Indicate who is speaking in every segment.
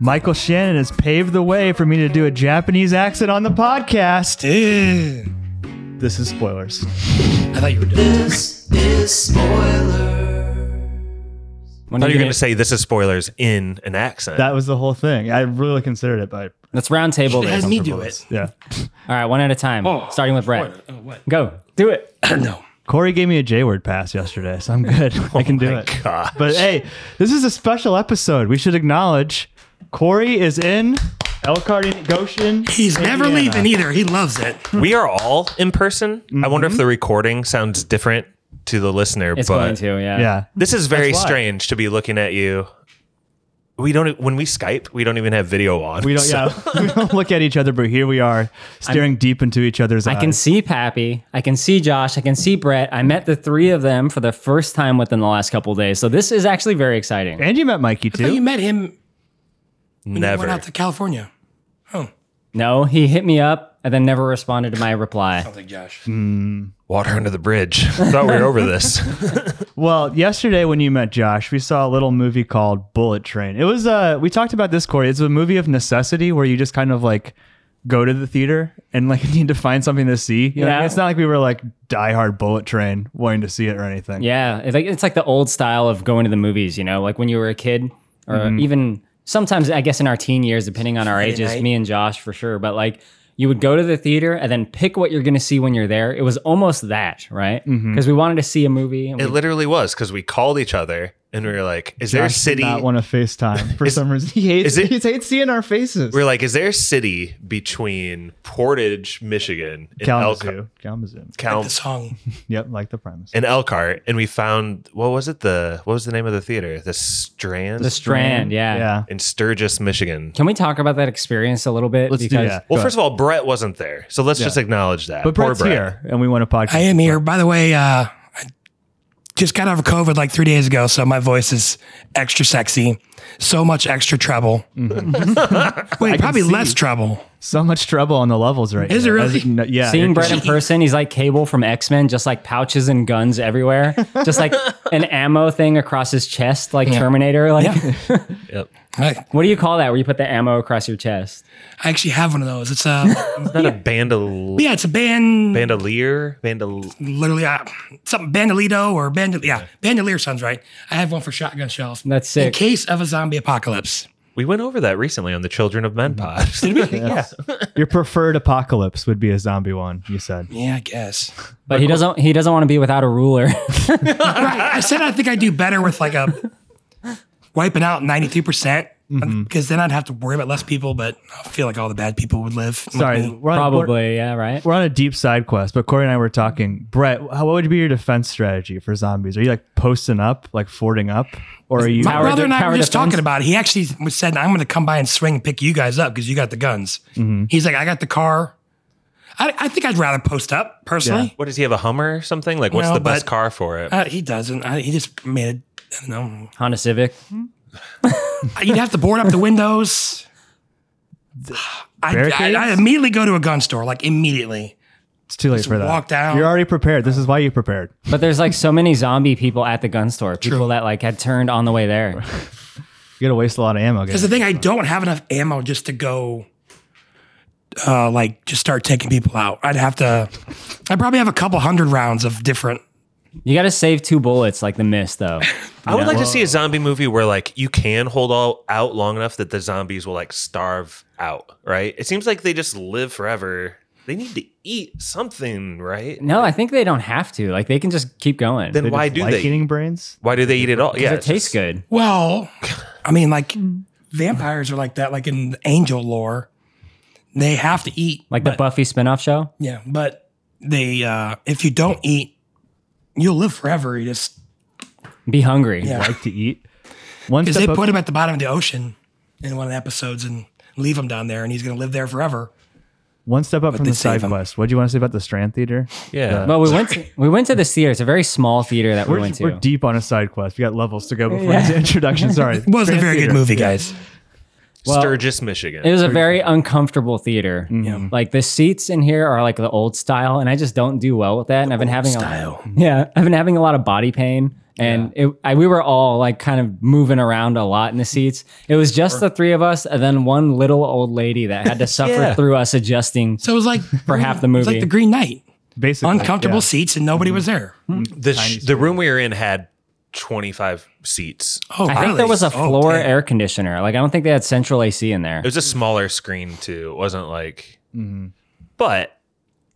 Speaker 1: Michael Shannon has paved the way for me to do a Japanese accent on the podcast.
Speaker 2: Ew.
Speaker 1: This is spoilers.
Speaker 2: I thought you were doing
Speaker 3: This is spoiler.
Speaker 2: I
Speaker 4: When
Speaker 2: thought
Speaker 4: are
Speaker 2: you were going to
Speaker 4: you gonna,
Speaker 2: say this is spoilers in an accent.
Speaker 1: That was the whole thing. I really considered it, but
Speaker 4: let's round table
Speaker 2: It
Speaker 4: this.
Speaker 2: has me do it.
Speaker 1: yeah.
Speaker 4: All right, one at a time. starting with Brett.
Speaker 2: Spoiler. Oh, what?
Speaker 4: Go. Do it.
Speaker 2: no.
Speaker 1: Corey gave me a J word pass yesterday, so I'm good. I can do
Speaker 2: Oh my
Speaker 1: it.
Speaker 2: gosh.
Speaker 1: But hey, this is a special episode. We should acknowledge Corey is in Elkhart, Ind- Goshen.
Speaker 2: He's
Speaker 1: never leaving
Speaker 2: either. He loves it. We are all in person. I wonder if the recording sounds different to the listener,
Speaker 4: Mm-hmm. It's
Speaker 2: but
Speaker 4: going to, yeah.
Speaker 1: Yeah.
Speaker 2: this is very
Speaker 1: That's why.
Speaker 2: strange to be looking at you. We don't e, when we Skype, we don't even have video on.
Speaker 1: We don't, yeah, we don't look at each other, but here we are staring deep into each other's eyes.
Speaker 4: I can see Pappy. I can see Josh. I can see Brett. I met the three of them for the first time within the last couple days. So this is actually very exciting.
Speaker 1: and you met Mikey
Speaker 5: Oh, you
Speaker 1: too.
Speaker 5: met him when you
Speaker 2: never.
Speaker 5: went out to California.
Speaker 4: No, he hit me up and then never responded to my reply.
Speaker 5: Like Josh.
Speaker 2: Water under the bridge. Thought we were over this.
Speaker 1: Well, yesterday when you met Josh, we saw a little movie called Bullet Train. It was uh we talked about this Corey. It's a movie of necessity where you just kind of like go to the theater and like need to find something to see. You know,
Speaker 4: Yeah.
Speaker 1: it's not like we were like diehard Bullet Train wanting to see it or anything.
Speaker 4: Yeah, it's like it's like the old style of going to the movies. You know, like when you were a kid, or even sometimes I guess in our teen years, depending on our ages,
Speaker 5: night.
Speaker 4: me and Josh for sure. But like you would go to the theater and then pick what you're going to see when you're there. It was almost that, right? Because we wanted to see a movie. And
Speaker 2: It
Speaker 4: we,
Speaker 2: literally was because we called each other and we were like, "Is there a
Speaker 1: Josh did
Speaker 2: city?"
Speaker 1: not want to FaceTime for some reason. He hates
Speaker 2: is it-
Speaker 1: he hates seeing our faces.
Speaker 2: We're like, "Is there a city between Portage, Michigan, and Elkhart?"
Speaker 1: Kalamazoo. Kalamazoo.
Speaker 2: Cal-
Speaker 5: The song.
Speaker 1: Yep, like the premise.
Speaker 2: in Elkhart, and we found what was it the what was the name of the theater? The Strand
Speaker 4: the Strand, yeah.
Speaker 1: Yeah.
Speaker 2: in Sturgis, Michigan.
Speaker 4: Can we talk about that experience a little bit?
Speaker 1: Let's do that.
Speaker 2: Well,
Speaker 1: Go
Speaker 2: first of all, Brett wasn't there, so let's just acknowledge that.
Speaker 1: But
Speaker 2: Poor
Speaker 1: Brett's
Speaker 2: Brett.
Speaker 1: here and we want to podcast.
Speaker 5: I am here. By the way, uh, I just got out of COVID like three days ago, so my voice is extra sexy. So much extra treble.
Speaker 2: Mm-hmm.
Speaker 5: Wait, probably
Speaker 1: see.
Speaker 5: less treble.
Speaker 1: so much trouble on the levels right
Speaker 5: Is
Speaker 1: now.
Speaker 5: it
Speaker 1: As-
Speaker 5: really?
Speaker 1: no- yeah.
Speaker 4: Seeing
Speaker 1: it-
Speaker 4: Brett in person, he's like Cable from X Men, just like pouches and guns everywhere, just like an ammo thing across his chest, like Terminator. Like,
Speaker 5: Yeah.
Speaker 2: Yep.
Speaker 5: I,
Speaker 4: what do you call that? Where you put the ammo across your chest?
Speaker 5: I actually have one of those. It's a
Speaker 2: Not a bandol-
Speaker 5: yeah, it's a band.
Speaker 2: bandolier, bandol.
Speaker 5: Literally, uh, something bandolito or bandolier. Yeah, bandolier sounds right. I have one for shotgun shells.
Speaker 4: That's
Speaker 5: in
Speaker 4: sick.
Speaker 5: case of a zombie apocalypse.
Speaker 2: We went over that recently on the Children of Men pod.
Speaker 1: Your preferred apocalypse would be a zombie one, you said.
Speaker 5: Yeah, I guess.
Speaker 4: But he doesn't. He doesn't want to be without a ruler.
Speaker 5: right. I said I think I do better with like a wiping out 93%.
Speaker 4: Mm-hmm.
Speaker 5: Because then I'd have to worry about less people, but I feel like all the bad people would live.
Speaker 1: Sorry,
Speaker 5: Like,
Speaker 1: we're on, We're,
Speaker 4: Probably. Yeah. Right.
Speaker 1: we're on a deep side quest, but Corey and I were talking. Brett, how, what would be your defense strategy for zombies? Are you like posting up, like fording up, or are you?
Speaker 5: my
Speaker 4: Power
Speaker 5: brother
Speaker 4: de-
Speaker 5: and I
Speaker 4: power
Speaker 5: were just
Speaker 4: defense?
Speaker 5: talking about it. He actually said, I'm going to come by and swing and pick you guys up because you got the guns.
Speaker 4: Mm-hmm.
Speaker 5: He's like, I got the car. I, I think I'd rather post up personally.
Speaker 2: what does he have? A Hummer or something? Like, what's
Speaker 5: No,
Speaker 2: the best
Speaker 5: but-
Speaker 2: car for it?
Speaker 5: Uh, he doesn't. I, he just made it. I don't know.
Speaker 4: Honda Civic.
Speaker 5: You'd have to board up the windows. I, I,
Speaker 1: Barricades?
Speaker 5: I immediately go to a gun store, like immediately.
Speaker 1: It's too late for that.
Speaker 5: walk down.
Speaker 1: You're already prepared. This is why you prepared.
Speaker 4: But there's like so many zombie people at the gun store. People that like had turned on the way there.
Speaker 1: You're gonna waste a lot of ammo.
Speaker 5: Because
Speaker 1: Guys.
Speaker 5: the thing, I don't have enough ammo just to go, uh, like just start taking people out. I'd have to. I probably have a couple hundred rounds of different.
Speaker 4: You got to save two bullets, like the miss though.
Speaker 2: I would like to see a zombie movie where like you can hold all out long enough that the zombies will like starve out, right? It seems like they just live forever. They need to eat something, right?
Speaker 4: No, I think they don't have to. Like they can just keep going.
Speaker 2: Then why
Speaker 1: just
Speaker 2: do
Speaker 1: like
Speaker 2: they?
Speaker 1: eating brains?
Speaker 2: Why do they eat it all? Yeah,
Speaker 4: it
Speaker 2: it's
Speaker 4: tastes
Speaker 2: just-
Speaker 4: good.
Speaker 5: Well, I mean, like vampires are like that. Like in angel lore, they have to eat.
Speaker 4: Like the Buffy spinoff show.
Speaker 5: Yeah, but they uh, if you don't eat, you'll live forever. You just
Speaker 4: Be hungry.
Speaker 5: Yeah.
Speaker 1: Like to eat. One
Speaker 5: because
Speaker 1: step
Speaker 5: they
Speaker 1: up-
Speaker 5: put him at the bottom of the ocean in one of the episodes and leave him down there, and he's gonna live there forever.
Speaker 1: One step up from
Speaker 5: they
Speaker 1: the side
Speaker 5: save 'em.
Speaker 1: quest. What do you want to say about the Strand Theater?
Speaker 2: Yeah.
Speaker 4: Well, we went to, we went to this theater. It's a very small theater that we
Speaker 1: We're,
Speaker 4: went to.
Speaker 1: we're deep on a side quest. We got levels to go before the introduction. Sorry,
Speaker 5: It wasn't a very good movie, guys.
Speaker 2: Sturgis, Michigan.
Speaker 4: It was a very uncomfortable theater.
Speaker 5: Mm-hmm.
Speaker 4: Like the seats in here are like the old style, and I just don't do well with that. And I've been having
Speaker 5: style.
Speaker 4: A, yeah, I've been having a lot of body pain, and it, I, we were all like kind of moving around a lot in the seats. It was just the three of us, and then one little old lady that had to suffer
Speaker 2: Yeah.
Speaker 4: through us adjusting.
Speaker 5: So it was like
Speaker 4: For half the
Speaker 5: it was
Speaker 4: movie.
Speaker 5: like the Green Knight,
Speaker 1: basically
Speaker 5: uncomfortable
Speaker 1: yeah.
Speaker 5: seats, and nobody was there.
Speaker 4: Mm-hmm.
Speaker 2: the sh- the room we were in had 25 seats.
Speaker 5: Oh,
Speaker 4: I think
Speaker 5: really?
Speaker 4: there was a
Speaker 5: Oh,
Speaker 4: floor
Speaker 5: damn.
Speaker 4: air conditioner. Like I don't think they had central AC in there.
Speaker 2: It was a smaller screen too. It wasn't like But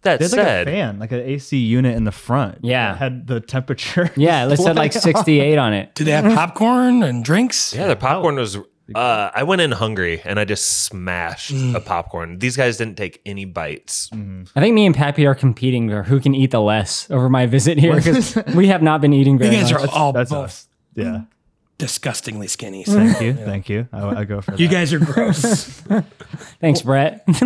Speaker 2: that
Speaker 1: There's like a
Speaker 2: said,
Speaker 1: fan, like an AC unit in the front.
Speaker 4: Yeah.
Speaker 1: that had the temperature.
Speaker 4: yeah, it said like sixty-eight on it.
Speaker 5: Did they have popcorn and drinks?
Speaker 2: yeah, the popcorn was uh, I went in hungry and I just smashed a popcorn. These guys didn't take any bites.
Speaker 4: I think me and Pappy are competing for who can eat the less over my visit here because we have not been eating
Speaker 5: You
Speaker 4: very
Speaker 5: guys
Speaker 4: much.
Speaker 5: are all
Speaker 1: That's
Speaker 5: both
Speaker 1: us. Yeah.
Speaker 5: disgustingly skinny.
Speaker 4: Mm-hmm. Mm.
Speaker 5: So.
Speaker 1: Thank you. Thank you. I, I go for that.
Speaker 5: you guys are gross.
Speaker 4: Thanks, Brett.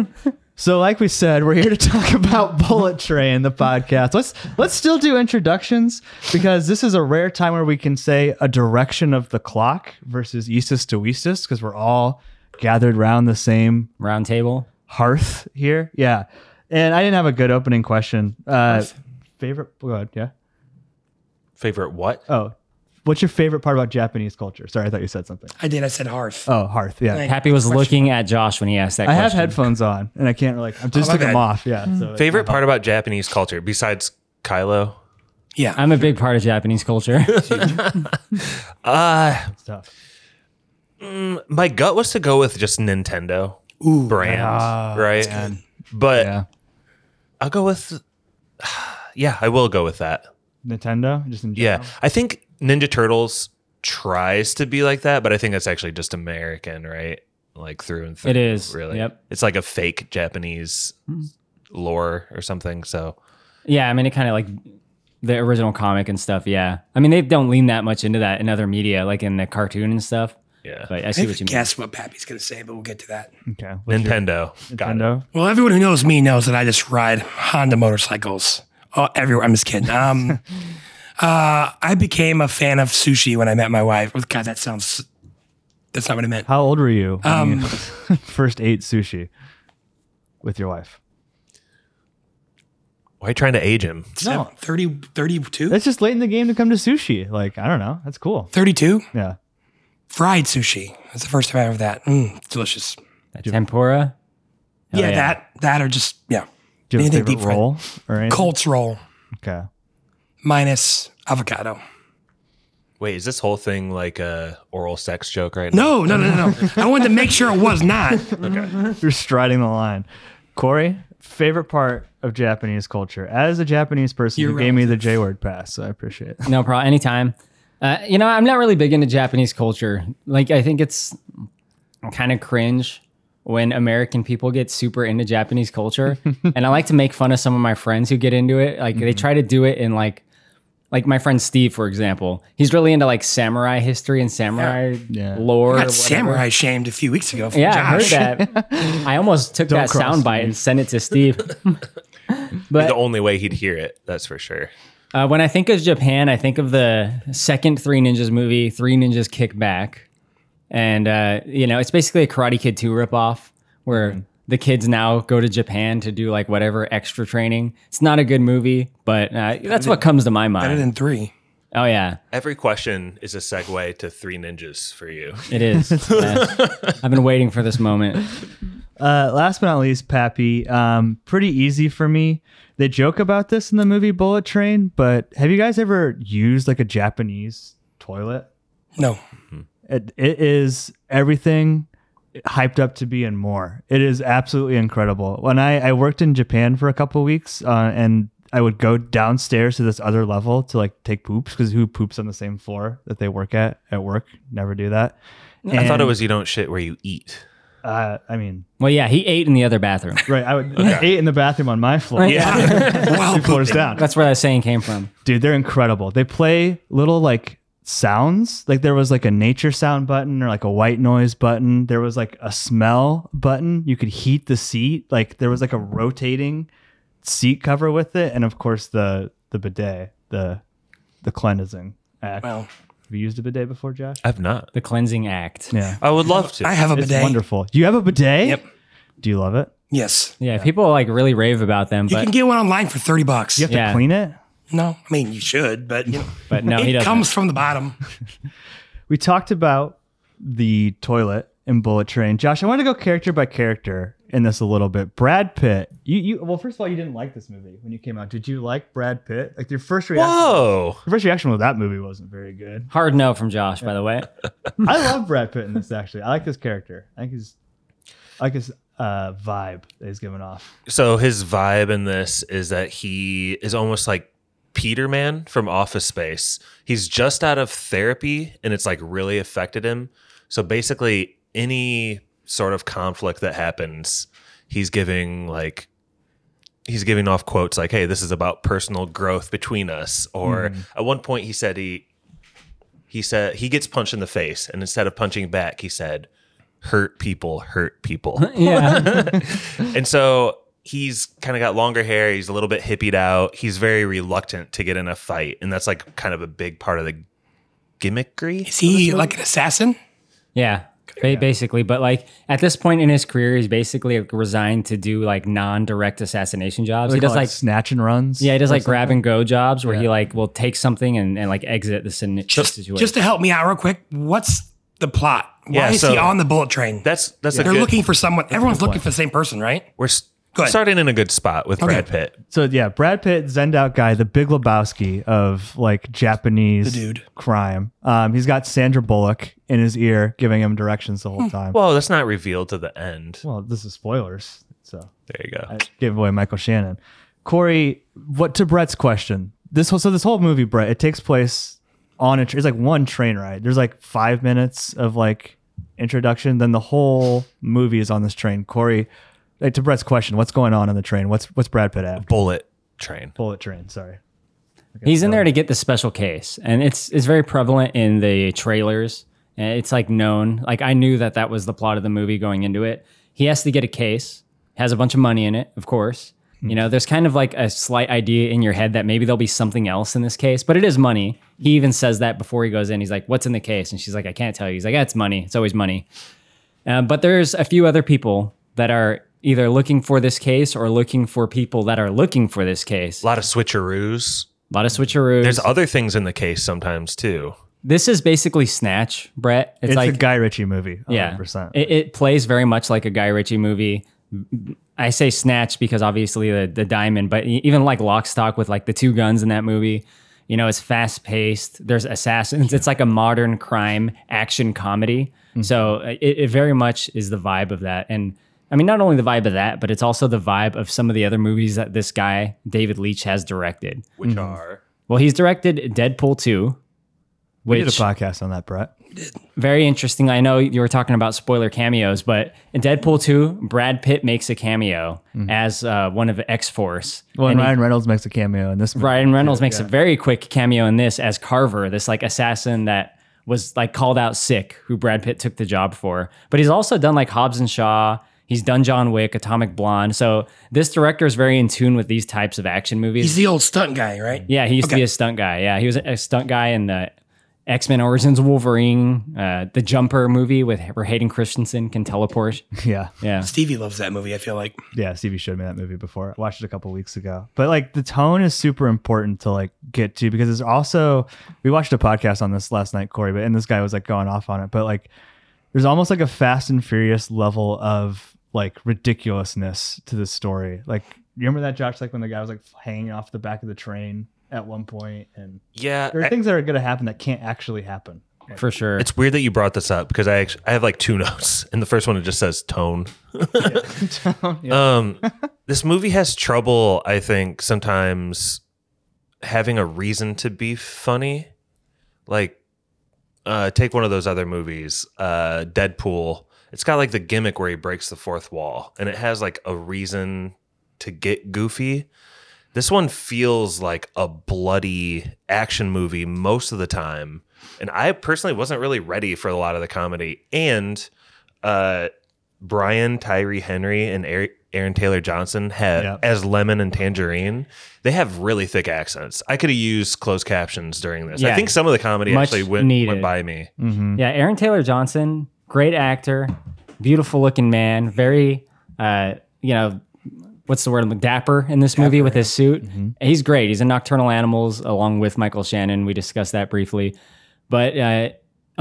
Speaker 1: So, like we said, we're here to talk about Bullet Train, the podcast. Let's let's still do introductions because this is a rare time where we can say a direction of the clock versus eastus to eastus because we're all gathered round the same
Speaker 4: Round table.
Speaker 1: hearth here. Yeah, and I didn't have a good opening question. Uh, favorite? Go ahead. Yeah.
Speaker 2: Favorite what?
Speaker 1: Oh, what's your favorite part about Japanese culture? Sorry, I thought you said something.
Speaker 5: I did. I said hearth.
Speaker 4: Uh,
Speaker 1: Oh, hearth. Yeah.
Speaker 5: Thank-
Speaker 4: Pappy was looking at Josh when he asked that
Speaker 1: I have
Speaker 4: question.
Speaker 1: headphones on and I can't like I just
Speaker 5: my
Speaker 1: took them
Speaker 5: bad.
Speaker 1: off. Yeah. So
Speaker 2: Favorite part about Japanese culture besides Kylo?
Speaker 5: yeah.
Speaker 4: I'm a big part of Japanese culture.
Speaker 1: it's tough.
Speaker 2: My gut was to go with just Nintendo
Speaker 5: Ooh.
Speaker 2: brand, right?
Speaker 1: Ah,
Speaker 2: But
Speaker 1: Yeah.
Speaker 2: I'll go with Yeah, I will go with that.
Speaker 1: Nintendo, just in general.
Speaker 2: Yeah. I think Ninja Turtles tries to be like that, but I think that's actually just American, right? Like through and through.
Speaker 4: It is,
Speaker 2: Really.
Speaker 4: yep.
Speaker 2: It's like a fake Japanese lore or something. So
Speaker 4: yeah, I mean, it kind of like the original comic and stuff. Yeah. I mean, they don't lean that much into that in other media, like in the cartoon and stuff.
Speaker 2: yeah.
Speaker 4: But I
Speaker 5: I
Speaker 4: see what you mean.
Speaker 5: guess what Pappy's going to say, but we'll get to that.
Speaker 1: Okay. What's your-
Speaker 2: Nintendo. Got it.
Speaker 1: Nintendo.
Speaker 5: Well, everyone who knows me knows that I just ride Honda motorcycles. Oh, everywhere. I'm just kidding. Um, uh, I became a fan of sushi when I met my wife. Oh, God, that sounds. That's not what I meant.
Speaker 1: How old were you when
Speaker 5: Um,
Speaker 1: you first ate sushi with your wife?
Speaker 2: Why are you trying to age him?
Speaker 5: Seven- 30, 32?
Speaker 1: It's just late in the game to come to sushi. Like, I don't know. That's cool.
Speaker 5: 32?
Speaker 1: Yeah.
Speaker 5: Fried sushi. That's the first time I ever that. Mm, delicious.
Speaker 4: Tempura.
Speaker 5: yeah,
Speaker 4: yeah.
Speaker 5: that that or just yeah.
Speaker 1: Do you have
Speaker 5: Anything
Speaker 1: a favorite
Speaker 5: deep fried.
Speaker 1: roll or anything?
Speaker 5: Colts roll
Speaker 1: Okay.
Speaker 5: minus avocado.
Speaker 2: Wait, is this whole thing like a oral sex joke right now?
Speaker 5: No, no, no, no. no. I wanted to make sure it was not.
Speaker 1: You're striding the line. Corey, favorite part of Japanese culture. As a Japanese person, you
Speaker 5: Your
Speaker 1: gave me the J word pass, so I appreciate it.
Speaker 4: No problem. Anytime. Uh, you know, I'm not really big into Japanese culture. Like, I think it's kind of cringe when American people get super into Japanese culture. and I like to make fun of some of my friends who get into it. Like, they try to do it in like, like my friend Steve, for example, he's really into like samurai history and samurai
Speaker 1: Yeah.
Speaker 4: lore. or
Speaker 5: I got
Speaker 4: whatever.
Speaker 5: samurai shamed a few weeks ago. From
Speaker 4: Yeah,
Speaker 5: Josh.
Speaker 4: I heard that. I almost took that
Speaker 1: cross
Speaker 4: sound bite and sent it to Steve. but
Speaker 2: The only way he'd hear it, that's for sure.
Speaker 4: Uh, when I think of Japan, I think of the second Three Ninjas movie, Three Ninjas Kick Back. And, uh, you know, it's basically a Karate Kid 2 ripoff where
Speaker 5: Mm-hmm.
Speaker 4: the kids now go to Japan to do like whatever extra training. It's not a good movie, but uh, that's what comes to my
Speaker 5: Better
Speaker 4: mind.
Speaker 5: than three.
Speaker 4: Oh, yeah,
Speaker 2: Every question is a segue to three ninjas for you.
Speaker 4: it is. Uh, I've been waiting for this moment.
Speaker 1: Uh, last but not least, Pappy. Um, pretty easy for me. They joke about this in the movie Bullet Train, but have you guys ever used like a Japanese toilet?
Speaker 5: No.
Speaker 1: It, it is everything hyped up to be and more. It is absolutely incredible. When I, I worked in Japan for a couple weeks uh, and I would go downstairs to this other level to like take poops because who poops on the same floor that they work at at work? Never do that.
Speaker 2: I thought it
Speaker 1: And,
Speaker 2: was you don't shit where you eat.
Speaker 1: Uh, I mean,
Speaker 4: Well, yeah, he ate in the other bathroom.
Speaker 1: right? I would eight in the bathroom on my floor.
Speaker 5: Wow.
Speaker 1: Two floors down.
Speaker 4: That's where that saying came from.
Speaker 1: Dude, they're incredible. They play little like sounds. Like there was like a nature sound button or like a white noise button. There was like a smell button. You could heat the seat. Like there was like a rotating seat cover with it, and of course the the bidet, the the cleansing act.
Speaker 5: Well,
Speaker 1: Have you used a bidet before, Josh?
Speaker 2: I've not.
Speaker 4: The cleansing act.
Speaker 1: Yeah,
Speaker 2: I would love to.
Speaker 5: I have a
Speaker 1: it's
Speaker 5: bidet.
Speaker 1: wonderful. Do you have a bidet?
Speaker 5: Yep.
Speaker 1: Do you love it?
Speaker 5: Yes.
Speaker 4: Yeah, people like really rave about them,
Speaker 5: You
Speaker 4: but
Speaker 5: can get one online for 30 bucks.
Speaker 1: You have to
Speaker 4: Yeah.
Speaker 1: clean it.
Speaker 5: No, I mean, you should, but you know,
Speaker 4: but no, he
Speaker 5: it
Speaker 4: doesn't.
Speaker 5: comes from the bottom.
Speaker 1: We talked about the toilet in Bullet Train. Josh, I want to go character by character in this a little bit. Brad Pitt. You you well, first of all, you didn't like this movie when you came out. Did you like Brad Pitt? Like your first reaction
Speaker 2: Whoa.
Speaker 1: your first reaction with that movie wasn't very good.
Speaker 4: Hard no from Josh, by the way.
Speaker 1: I love Brad Pitt in this actually. I like this character. I think he's I like his uh, vibe that he's giving off.
Speaker 2: So his vibe in this is that he is almost like Peterman from Office Space. He's just out of therapy and it's like really affected him. So basically, any sort of conflict that happens, he's giving like he's giving off quotes like, "Hey, this is about personal growth between us." Or at one point, he said he he said he gets punched in the face, and instead of punching back, he said, "Hurt people, hurt people."
Speaker 4: Yeah.
Speaker 2: And so he's kind of got longer hair. He's a little bit hippied out. He's very reluctant to get in a fight. And that's like kind of a big part of the gimmickry.
Speaker 5: Is he like an assassin?
Speaker 4: Yeah. Ba- basically, but like at this point in his career, he's basically like, resigned to do like non-direct assassination jobs. He does like
Speaker 1: snatch and runs.
Speaker 4: yeah, he does like grab and go jobs where he like will take something and, and like exit the sin- situation.
Speaker 5: Just to help me out real quick, what's the plot? Why
Speaker 2: Yeah,
Speaker 5: is
Speaker 2: so-
Speaker 5: he on the bullet train?
Speaker 2: That's that's a
Speaker 5: They're
Speaker 2: good.
Speaker 5: looking for someone. Everyone's looking for the same person, right?
Speaker 2: we're s-
Speaker 5: Go ahead.
Speaker 2: starting in a good spot with Brad Pitt.
Speaker 1: So yeah, Brad Pitt, Zend out guy, the Big Lebowski of like Japanese
Speaker 5: The dude.
Speaker 1: crime. Um, he's got Sandra Bullock in his ear, giving him directions the whole time. Well,
Speaker 2: Well, that's not revealed to the end.
Speaker 1: this is spoilers, so
Speaker 2: There you go.
Speaker 1: I gave away Michael Shannon. Corey, what to Brett's question? This whole so this whole movie, Brett, it takes place on a. Tra- it's like one train ride. There's like five minutes of like introduction, then the whole movie is on this train. Corey, like to Brett's question, what's going on in the train? What's what's Brad Pitt at?
Speaker 2: Bullet train.
Speaker 1: Bullet train. Sorry.
Speaker 4: He's in there to get the special case, and it's it's very prevalent in the trailers. And It's like known. Like I knew that that was the plot of the movie going into it. He has to get a case. Has a bunch of money in it, of course. You know, there's kind of like a slight idea in your head that maybe there'll be something else in this case, but it is money. He even says that before he goes in. He's like, "What's in the case?" And she's like, "I can't tell you." He's like, "That's money. It's always money." Um, but there's a few other people that are either looking for this case or looking for people that are looking for this case.
Speaker 2: A
Speaker 4: A
Speaker 2: lot of switcheroos.
Speaker 4: lot of switcheroos.
Speaker 2: There's other things in the case sometimes too.
Speaker 4: This is basically Snatch, Brett. It's,
Speaker 1: It's
Speaker 4: like
Speaker 1: a Guy Ritchie movie. 100%.
Speaker 4: yeah, It, it plays very much like a Guy Ritchie movie. I say Snatch because obviously the the diamond, but e- even like Lock, Stock with like the two guns in that movie. You know, it's fast paced. There's assassins. It's like a modern crime action comedy.
Speaker 1: Mm-hmm.
Speaker 4: So uh, it, it very much is the vibe of that. And I mean, not only the vibe of that, but it's also the vibe of some of the other movies that this guy David Leitch has directed.
Speaker 2: Which
Speaker 1: Mm-hmm.
Speaker 2: are
Speaker 4: Well, he's directed Deadpool two.
Speaker 1: we did a
Speaker 4: which-
Speaker 1: podcast on that, Brett.
Speaker 4: very interesting. I know you were talking about spoiler cameos, but in Deadpool 2, Brad Pitt makes a cameo as uh, one of X Force.
Speaker 1: Well, and Ryan Reynolds makes a cameo in this movie.
Speaker 4: Ryan Reynolds makes a very quick cameo in this as Carver, this like assassin that was like called out sick, who Brad Pitt took the job for. But he's also done like Hobbs and Shaw. He's done John Wick, Atomic Blonde. So this director is very in tune with these types of action movies.
Speaker 5: He's the old stunt guy, right?
Speaker 4: Yeah, he used to be a stunt guy. Yeah, he was a stunt guy in the X Men Origins Wolverine, uh, the Jumper movie with where Hayden Christensen can teleport.
Speaker 1: Yeah.
Speaker 4: Yeah,
Speaker 5: Stevie loves that movie, I feel like.
Speaker 1: Yeah. Stevie showed me that movie before. I watched it a couple weeks ago. But like the tone is super important to like get to because it's also, we watched a podcast on this last night, Corey, but and this guy was like going off on it. But like there's almost like a fast and furious level of like ridiculousness to this story. Like, you remember that, Josh? Like when the guy was like hanging off the back of the train at one point and
Speaker 2: yeah.
Speaker 1: there are things that are going to happen that can't actually happen.
Speaker 4: for sure.
Speaker 2: It's weird that you brought this up because I actually, I have like two notes, and the first one it just says tone. Um, this movie has trouble, I think, sometimes having a reason to be funny. Like, uh, take one of those other movies, uh, Deadpool. It's got like the gimmick where he breaks the fourth wall, and it has like a reason to get goofy. This one feels like a bloody action movie most of the time. And I personally wasn't really ready for a lot of the comedy. And uh, Brian Tyree Henry and Ari- Aaron Taylor Johnson had
Speaker 1: Yep.
Speaker 2: as Lemon and Tangerine. They have really thick accents. I could have used closed captions during this. I
Speaker 4: Yeah.
Speaker 2: think some of the comedy
Speaker 4: Much
Speaker 2: actually went, went
Speaker 4: needed.
Speaker 2: by me.
Speaker 1: Mm-hmm.
Speaker 4: Yeah, Aaron Taylor Johnson, great actor, beautiful looking man, very, uh, you know, what's the word? Dapper in this movie with his suit. He's great. He's in Nocturnal Animals along with Michael Shannon. We discussed that briefly, but uh,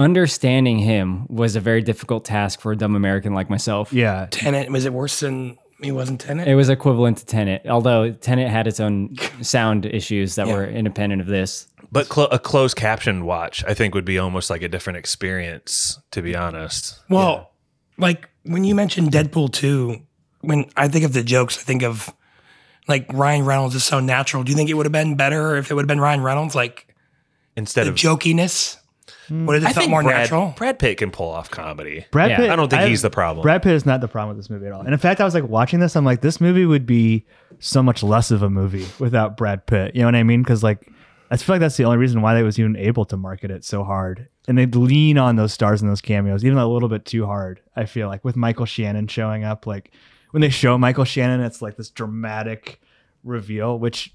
Speaker 4: understanding him was a very difficult task for a dumb American like myself.
Speaker 1: Yeah.
Speaker 5: Tenant was it worse than he wasn't Tenant?
Speaker 4: It was equivalent to Tenet, although Tenet had its own sound issues that
Speaker 5: Yeah.
Speaker 4: were independent of this.
Speaker 2: But clo- a closed caption watch, I think, would be almost like a different experience, to be honest.
Speaker 5: Well, like when you mentioned Deadpool 2, when I think of the jokes, I think of like Ryan Reynolds is so natural. Do you think it would have been better if it would have been Ryan Reynolds? Like
Speaker 2: Instead
Speaker 5: the
Speaker 2: of
Speaker 5: jokiness? Would it have felt more
Speaker 2: Brad,
Speaker 5: natural?
Speaker 2: Brad Pitt can pull off comedy.
Speaker 1: Brad
Speaker 4: Yeah.
Speaker 1: Pitt.
Speaker 2: I don't think
Speaker 1: I-
Speaker 2: he's the problem.
Speaker 1: Brad Pitt is not the problem with this movie at all. And in fact, I was like watching this, I'm like, this movie would be so much less of a movie without Brad Pitt. You know what I mean? Because like, I feel like that's the only reason why they was even able to market it so hard. And they'd lean on those stars and those cameos, even a little bit too hard. I feel like with Michael Shannon showing up, like when they show Michael Shannon, it's like this dramatic reveal. Which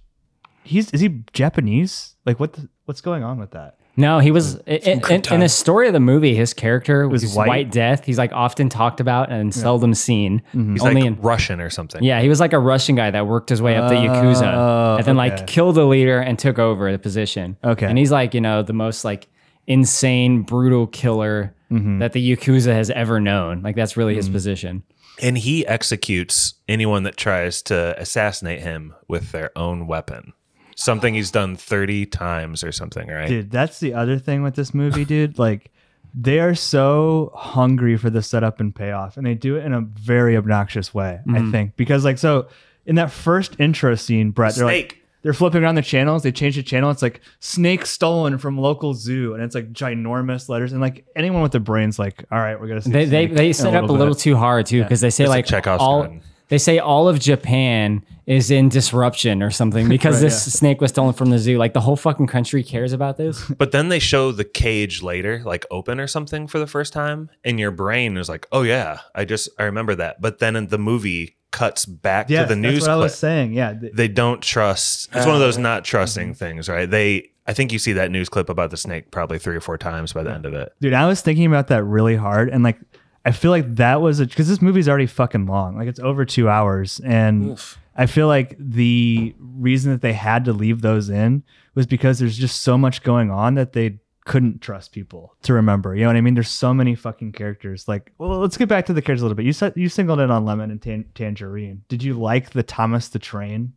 Speaker 1: he's is he Japanese? Like what the, what's going on with that?
Speaker 4: No, he was in, in, in the
Speaker 5: Krypton.
Speaker 4: story of the movie. His character was,
Speaker 1: was
Speaker 4: White.
Speaker 1: white.
Speaker 4: Death. He's like often talked about and seldom seen.
Speaker 2: He's
Speaker 4: Only
Speaker 2: like
Speaker 4: in-
Speaker 2: Russian or something.
Speaker 4: Yeah, he was like a Russian guy that worked his way up the yakuza
Speaker 1: Oh,
Speaker 4: and then
Speaker 1: okay.
Speaker 4: like killed the leader and took over the position.
Speaker 1: Okay.
Speaker 4: and he's like you know the most like insane brutal killer that the yakuza has ever known. Like that's really his position.
Speaker 2: And he executes anyone that tries to assassinate him with their own weapon. Something he's done 30 times or something, right?
Speaker 1: Dude, that's the other thing with this movie, dude. Like, they are so hungry for the setup and payoff, and they do it in a very obnoxious way,
Speaker 2: Mm-hmm.
Speaker 1: I think. Because, like, so in that first intro scene, Brett, they're like,
Speaker 2: Snake.
Speaker 1: they're flipping around the channels. They change the channel. It's like snake stolen from local zoo, and it's like ginormous letters. And like anyone with a brain's like, all right, we're gonna. See
Speaker 4: They they,
Speaker 1: snake
Speaker 4: they
Speaker 1: in
Speaker 4: set up a little
Speaker 1: bit.
Speaker 4: too hard too because they say
Speaker 2: like
Speaker 4: like
Speaker 2: Chekhov's
Speaker 4: all
Speaker 2: gun.
Speaker 4: they say all of Japan is in disruption or something because this snake was stolen from the zoo. Like the whole fucking country cares about this.
Speaker 2: But then they show the cage later, like open or something for the first time, and your brain is like, "Oh yeah, I just I remember that." But then in the movie cuts back
Speaker 1: Yes,
Speaker 2: to the news
Speaker 1: that's what I
Speaker 2: clip.
Speaker 1: was saying. Yeah, th-
Speaker 2: they don't trust. It's one of those not trusting things, right? They I think you see that news clip about the snake probably 3 or 4 times by the end of it.
Speaker 1: dude i was thinking about that really hard and like i feel like that was a because this movie's already fucking long like it's over two hours and i feel like the reason that they had to leave those in was because there's just so much going on that they couldn't trust people to remember you know what i mean there's so many fucking characters like well let's get back to the characters a little bit you said you singled in on lemon and tan- tangerine did you like the thomas the train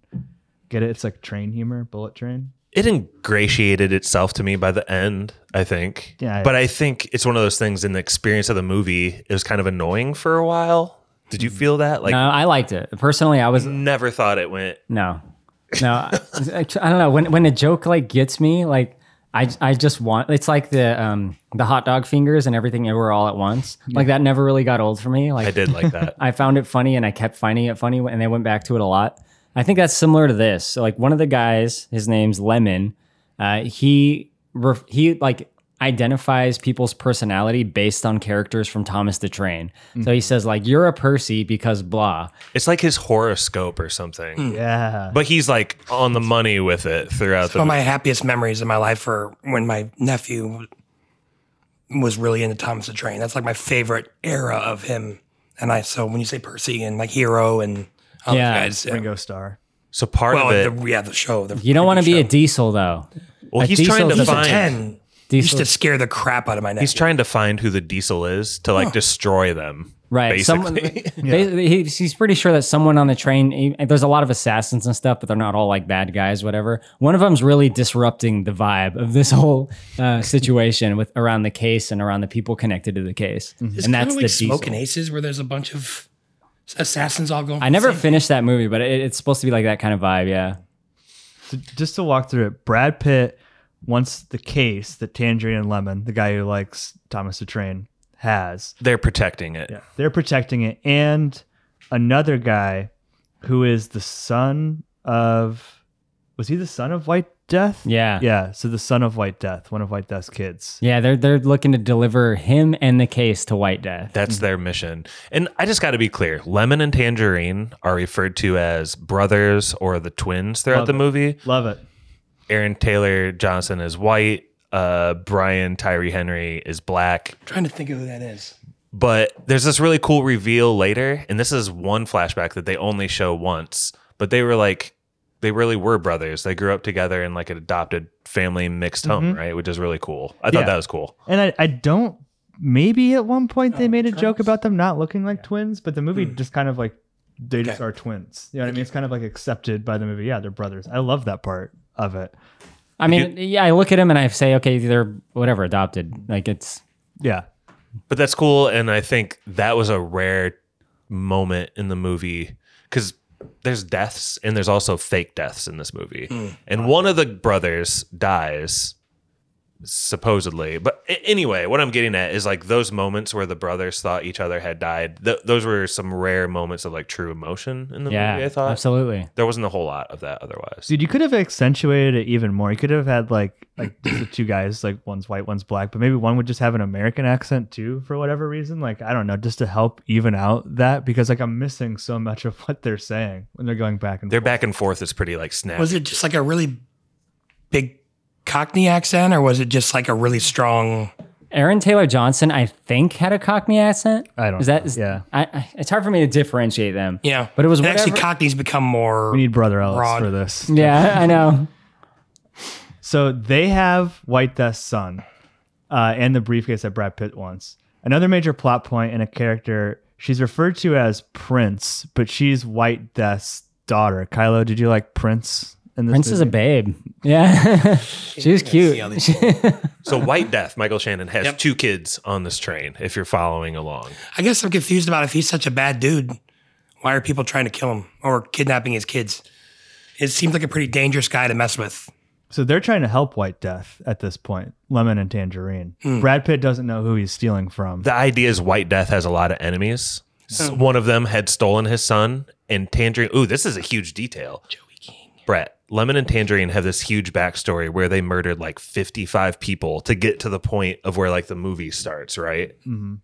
Speaker 1: get it it's like train humor bullet train
Speaker 2: it ingratiated itself to me by the end, I think.
Speaker 1: Yeah.
Speaker 2: But I think it's one of those things in the experience of the movie, it was kind of annoying for a while. Did you feel that? Like
Speaker 4: No, I liked it personally. I was
Speaker 2: never thought it went
Speaker 4: no, no. I, I don't know when when a joke like gets me like. I, I just want it's like the um the hot dog fingers and everything everywhere all at once like that never really got old for me like
Speaker 2: I did like that.
Speaker 4: I found it funny and I kept finding it funny and they went back to it a lot. I think that's similar to this. So like one of the guys, his name's Lemon. Uh, he ref- he like identifies people's personality based on characters from Thomas the Train. So
Speaker 5: Mm-hmm.
Speaker 4: he says like you're a Percy because blah.
Speaker 2: It's like his horoscope or something.
Speaker 1: yeah
Speaker 2: But he's like on the money with it throughout
Speaker 5: One
Speaker 2: the
Speaker 5: of my happiest memories of my life are when my nephew was really into Thomas the Train. That's like my favorite era of him. And I so when you say Percy and like Hero and all those
Speaker 4: Yeah,
Speaker 5: guys, yeah.
Speaker 1: ringo star
Speaker 2: So part
Speaker 5: well,
Speaker 2: of it
Speaker 5: the, yeah, the show. The
Speaker 4: You don't want to be a diesel though.
Speaker 2: Well,
Speaker 4: a
Speaker 2: he's trying to
Speaker 4: diesel's
Speaker 5: He's a
Speaker 2: find-
Speaker 5: ten. Used
Speaker 4: Diesel,
Speaker 5: to scare the crap out of my nephew.
Speaker 2: he's trying to find who the diesel is to like destroy them.
Speaker 4: right? Someone,
Speaker 2: Basically.
Speaker 4: basically, he's, he's pretty sure that someone on the train. he- There's a lot of assassins and stuff, but they're not all like bad guys. Whatever. One of them's really disrupting the vibe of this whole uh, situation with around the case and around the people connected to the case, and that's the diesel.
Speaker 5: smoking aces where there's a bunch of assassins all going.
Speaker 4: I never finished that movie, but it, it's supposed to be like that kind of vibe. Yeah,
Speaker 1: So just to walk through it, Brad Pitt wants the case that Tangerine and Lemon, the guy who likes Thomas the Train, has.
Speaker 2: They're protecting it.
Speaker 1: They're protecting it, and another guy who is the son of was he the son of White Death?
Speaker 4: Yeah.
Speaker 1: yeah. So the son of White Death, one of White Death's kids.
Speaker 4: Yeah, they're they're looking to deliver him and the case to White Death.
Speaker 5: Mm-hmm.
Speaker 2: That's their mission. And I just got to be clear Lemon and Tangerine are referred to as brothers or the twins throughout
Speaker 1: Love
Speaker 2: the
Speaker 1: it.
Speaker 2: movie.
Speaker 1: Love it.
Speaker 2: Aaron Taylor Johnson is white. Uh, Brian Tyree Henry is black.
Speaker 5: trying to think of who that is.
Speaker 2: But there's this really cool reveal later, and this is one flashback that they only show once. But they were like, they really were brothers. They grew up together in like an adopted family mixed home,
Speaker 5: Mm-hmm.
Speaker 2: right? Which is really cool. I thought
Speaker 1: Yeah.
Speaker 2: that was cool.
Speaker 1: And I, I don't. Maybe at one point they made a joke about them not looking like twins, but the movie just kind of like they just
Speaker 5: Okay.
Speaker 1: are twins. You know what I mean? It's kind of like accepted by the movie. Yeah, they're brothers. I love that part of it.
Speaker 4: I mean, yeah, I look at him and I say, okay, they're whatever adopted. Like it's
Speaker 1: Yeah,
Speaker 2: But that's cool, and I think that was a rare moment in the movie because there's deaths and there's also fake deaths in this movie,
Speaker 5: Hmm.
Speaker 2: and one of the brothers dies supposedly. But a- anyway, what I'm getting at is like those moments where the brothers thought each other had died. Th- those were some rare moments of like true emotion in the
Speaker 4: yeah,
Speaker 2: movie. I thought
Speaker 4: absolutely.
Speaker 2: there wasn't a whole lot of that otherwise.
Speaker 1: dude, you could have accentuated it even more. You could have had like like just the two guys, like one's white, one's black, but maybe one would just have an American accent too for whatever reason. Like I don't know, just to help even out that because like I'm missing so much of what they're saying when they're going back and
Speaker 2: Their back and forth is pretty like snappy.
Speaker 5: Was it just like a really big Cockney accent, or was it just like a really strong?
Speaker 4: Aaron Taylor Johnson, I think, had a Cockney accent.
Speaker 1: I don't
Speaker 4: Is that
Speaker 1: know.
Speaker 4: is-
Speaker 1: Yeah.
Speaker 4: I, I, it's hard for me to differentiate them.
Speaker 5: Yeah,
Speaker 4: But it was
Speaker 5: And actually
Speaker 4: whatever-
Speaker 5: Cockney's become more.
Speaker 1: We need brother Ellis
Speaker 5: Broad.
Speaker 1: for this.
Speaker 4: Yeah, I know.
Speaker 1: So they have White Death's son uh, and the briefcase that Brad Pitt wants. Another major plot point in a character she's referred to as Prince, but she's White Death's daughter. Kylo, did you like Prince? In this
Speaker 4: Prince is a
Speaker 1: movie?
Speaker 4: babe. Yeah, she was cute.
Speaker 2: so White Death, Michael Shannon has
Speaker 5: Yep.
Speaker 2: two kids on this train. If you're following along,
Speaker 5: I guess I'm confused about if he's such a bad dude. Why are people trying to kill him or kidnapping his kids? It seems like a pretty dangerous guy to mess with.
Speaker 1: So they're trying to help White Death at this point, Lemon and Tangerine.
Speaker 2: Hmm.
Speaker 1: Brad Pitt doesn't know who he's stealing from.
Speaker 2: the idea is White Death has a lot of enemies. S- One of them had stolen his son, and Tangerine. Ooh, this is a huge detail. Joey King. Brett, Lemon and Tangerine have this huge backstory where they murdered like 55 people to get to the point of where like the movie starts, right?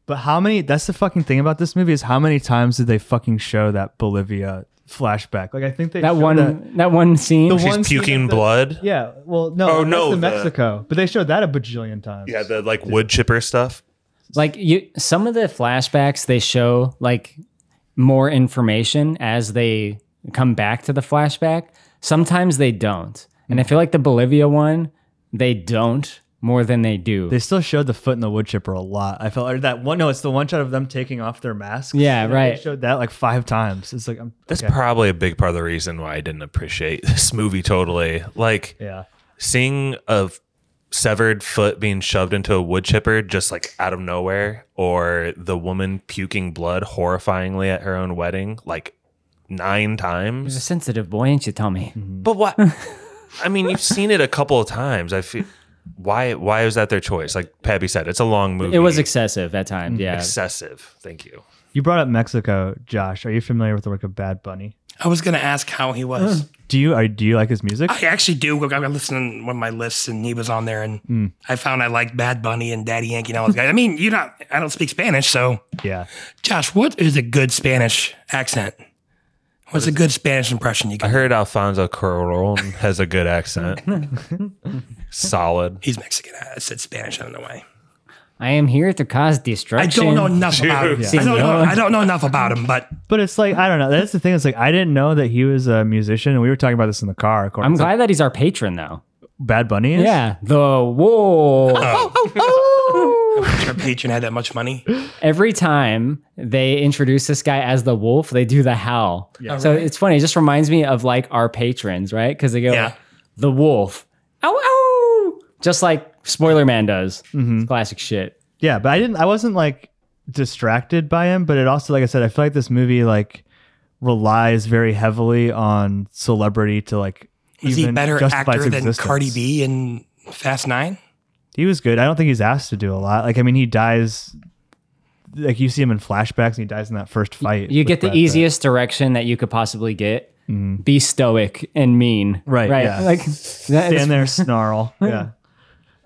Speaker 1: But how many? That's the fucking thing about this movie is how many times did they fucking show that Bolivia flashback? Like I think they
Speaker 4: That
Speaker 1: showed
Speaker 4: one,
Speaker 1: that-
Speaker 4: that, one scene.
Speaker 1: The
Speaker 2: She's
Speaker 1: one scene
Speaker 2: puking
Speaker 1: of the-
Speaker 2: blood. Yeah,
Speaker 1: Yeah. Well, no.
Speaker 2: Oh,
Speaker 1: that's
Speaker 2: no,
Speaker 1: the
Speaker 2: the-
Speaker 1: Mexico. But they showed that a bajillion times.
Speaker 2: the like wood chipper stuff.
Speaker 4: like you some of the flashbacks they show like more information as they come back to the flashback sometimes they don't
Speaker 1: Hmm.
Speaker 4: and i feel like the bolivia one they don't more than they do
Speaker 1: they still showed the foot in the wood chipper a lot. I felt or that one. No, it's the one shot of them taking off their masks.
Speaker 4: Yeah,
Speaker 1: You know,
Speaker 4: right.
Speaker 1: They showed that like five times. It's like I'm.
Speaker 2: That's
Speaker 1: okay.
Speaker 2: probably a big part of the reason why I didn't appreciate this movie totally. Like
Speaker 1: yeah.
Speaker 2: seeing a f- severed foot being shoved into a wood chipper just like out of nowhere or the woman puking blood horrifyingly at her own wedding like nine
Speaker 4: you're a
Speaker 2: times
Speaker 4: sensitive boy ain't you tommy
Speaker 1: Mm-hmm.
Speaker 2: but what i mean you've seen it a couple of times i feel why why was that their choice like Pabby said it's a long movie
Speaker 4: it was excessive at times yeah
Speaker 2: excessive thank you
Speaker 1: You brought up Mexico, Josh. Are you familiar with the work of Bad Bunny?
Speaker 5: I was going to ask how he was.
Speaker 1: Do you are do you like his music?
Speaker 5: I actually do. I listened to one of my lists, and he was on there, and I found I liked Bad Bunny and Daddy Yankee and all those guys. I mean, you not. I don't speak Spanish, so
Speaker 1: yeah.
Speaker 5: Josh, what is a good Spanish accent? What's a good Spanish impression you
Speaker 2: i
Speaker 5: got?
Speaker 2: heard alfonso cuaron has a good accent solid
Speaker 5: He's Mexican. I said Spanish. I don't know why.
Speaker 4: i am here to cause
Speaker 5: I
Speaker 4: destruction
Speaker 5: don't know enough about him. I don't know. I don't know enough about him, but
Speaker 1: But it's like I don't know. That's the thing. It's like I didn't know that he was a musician. And we were talking about this in the car. Of course.
Speaker 4: i'm glad that he's our patron though
Speaker 1: Bad Bunny. Is?
Speaker 4: yeah the whoa
Speaker 1: Oh.
Speaker 5: our patron had that much money.
Speaker 4: every time they introduce this guy as the wolf, they do the howl. So it's funny. It just reminds me of like our patrons, right? Because they go,
Speaker 5: Yeah.
Speaker 4: the wolf. Ow, ow. Just like Spoiler Man does.
Speaker 1: Mm-hmm.
Speaker 4: It's classic shit.
Speaker 1: Yeah, but I didn't. I wasn't like distracted by him. But it also, like I said, I feel like this movie like relies very heavily on celebrity to like.
Speaker 5: Is he
Speaker 1: even
Speaker 5: better
Speaker 1: justify
Speaker 5: actor
Speaker 1: its
Speaker 5: than
Speaker 1: existence.
Speaker 5: Cardi B in Fast Nine?
Speaker 1: He was good. I don't think he's asked to do a lot. Like I mean, he dies. Like you see him in flashbacks, and he dies in that first fight.
Speaker 4: You
Speaker 1: with
Speaker 4: get the
Speaker 1: Brad Pitt.
Speaker 4: easiest direction that you could possibly get. be stoic and mean.
Speaker 1: Right,
Speaker 4: Right.
Speaker 1: yeah.
Speaker 4: Like that is,
Speaker 1: Stand there, snarl. Yeah.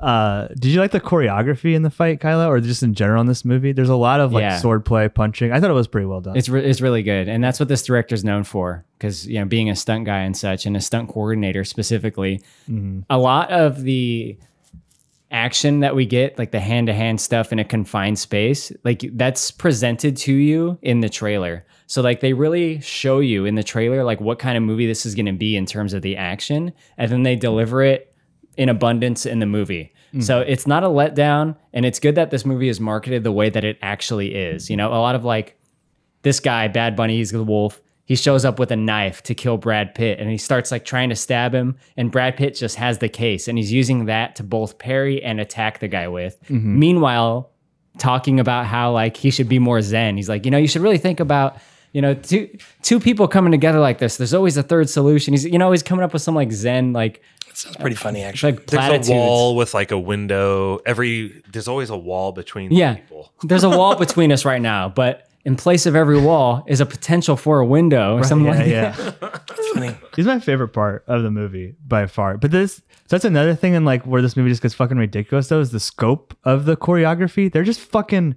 Speaker 1: Uh, did you like the choreography in the fight, Kylo, or just in general in this movie? There's a lot of like
Speaker 4: Yeah.
Speaker 1: swordplay, punching. I thought it was pretty well done.
Speaker 4: it's re- it's really good, and that's what this director's known for. Because you know, being a stunt guy and such, and a stunt coordinator specifically, a lot of the action that we get, like the hand to hand stuff in a confined space, like that's presented to you in the trailer. So like they really show you in the trailer like what kind of movie this is going to be in terms of the action, and then they deliver it in abundance in the movie. So it's not a letdown, and it's good that this movie is marketed the way that it actually is. You know, a lot of like this guy, Bad Bunny, he's the wolf. He shows up with a knife to kill Brad Pitt and he starts like trying to stab him. And Brad Pitt just has the case and he's using that to both parry and attack the guy with.
Speaker 2: Mm-hmm.
Speaker 4: Meanwhile, talking about how like he should be more zen. He's like, you know, you should really think about, you know, two two people coming together like this. There's always a third solution. He's you know, he's coming up with some like zen like
Speaker 5: That sounds pretty funny, actually.
Speaker 4: like
Speaker 2: There's
Speaker 4: platitudes.
Speaker 2: a wall with like a window. Every there's always a wall between
Speaker 4: Yeah.
Speaker 2: the people.
Speaker 4: There's a wall between us right now, but in place of every wall is a potential for a window or something
Speaker 1: yeah,
Speaker 4: like
Speaker 1: yeah.
Speaker 5: That's funny.
Speaker 1: He's my favorite part of the movie by far. But this, so that's another thing, and like where this movie just gets fucking ridiculous though is the scope of the choreography. They're just fucking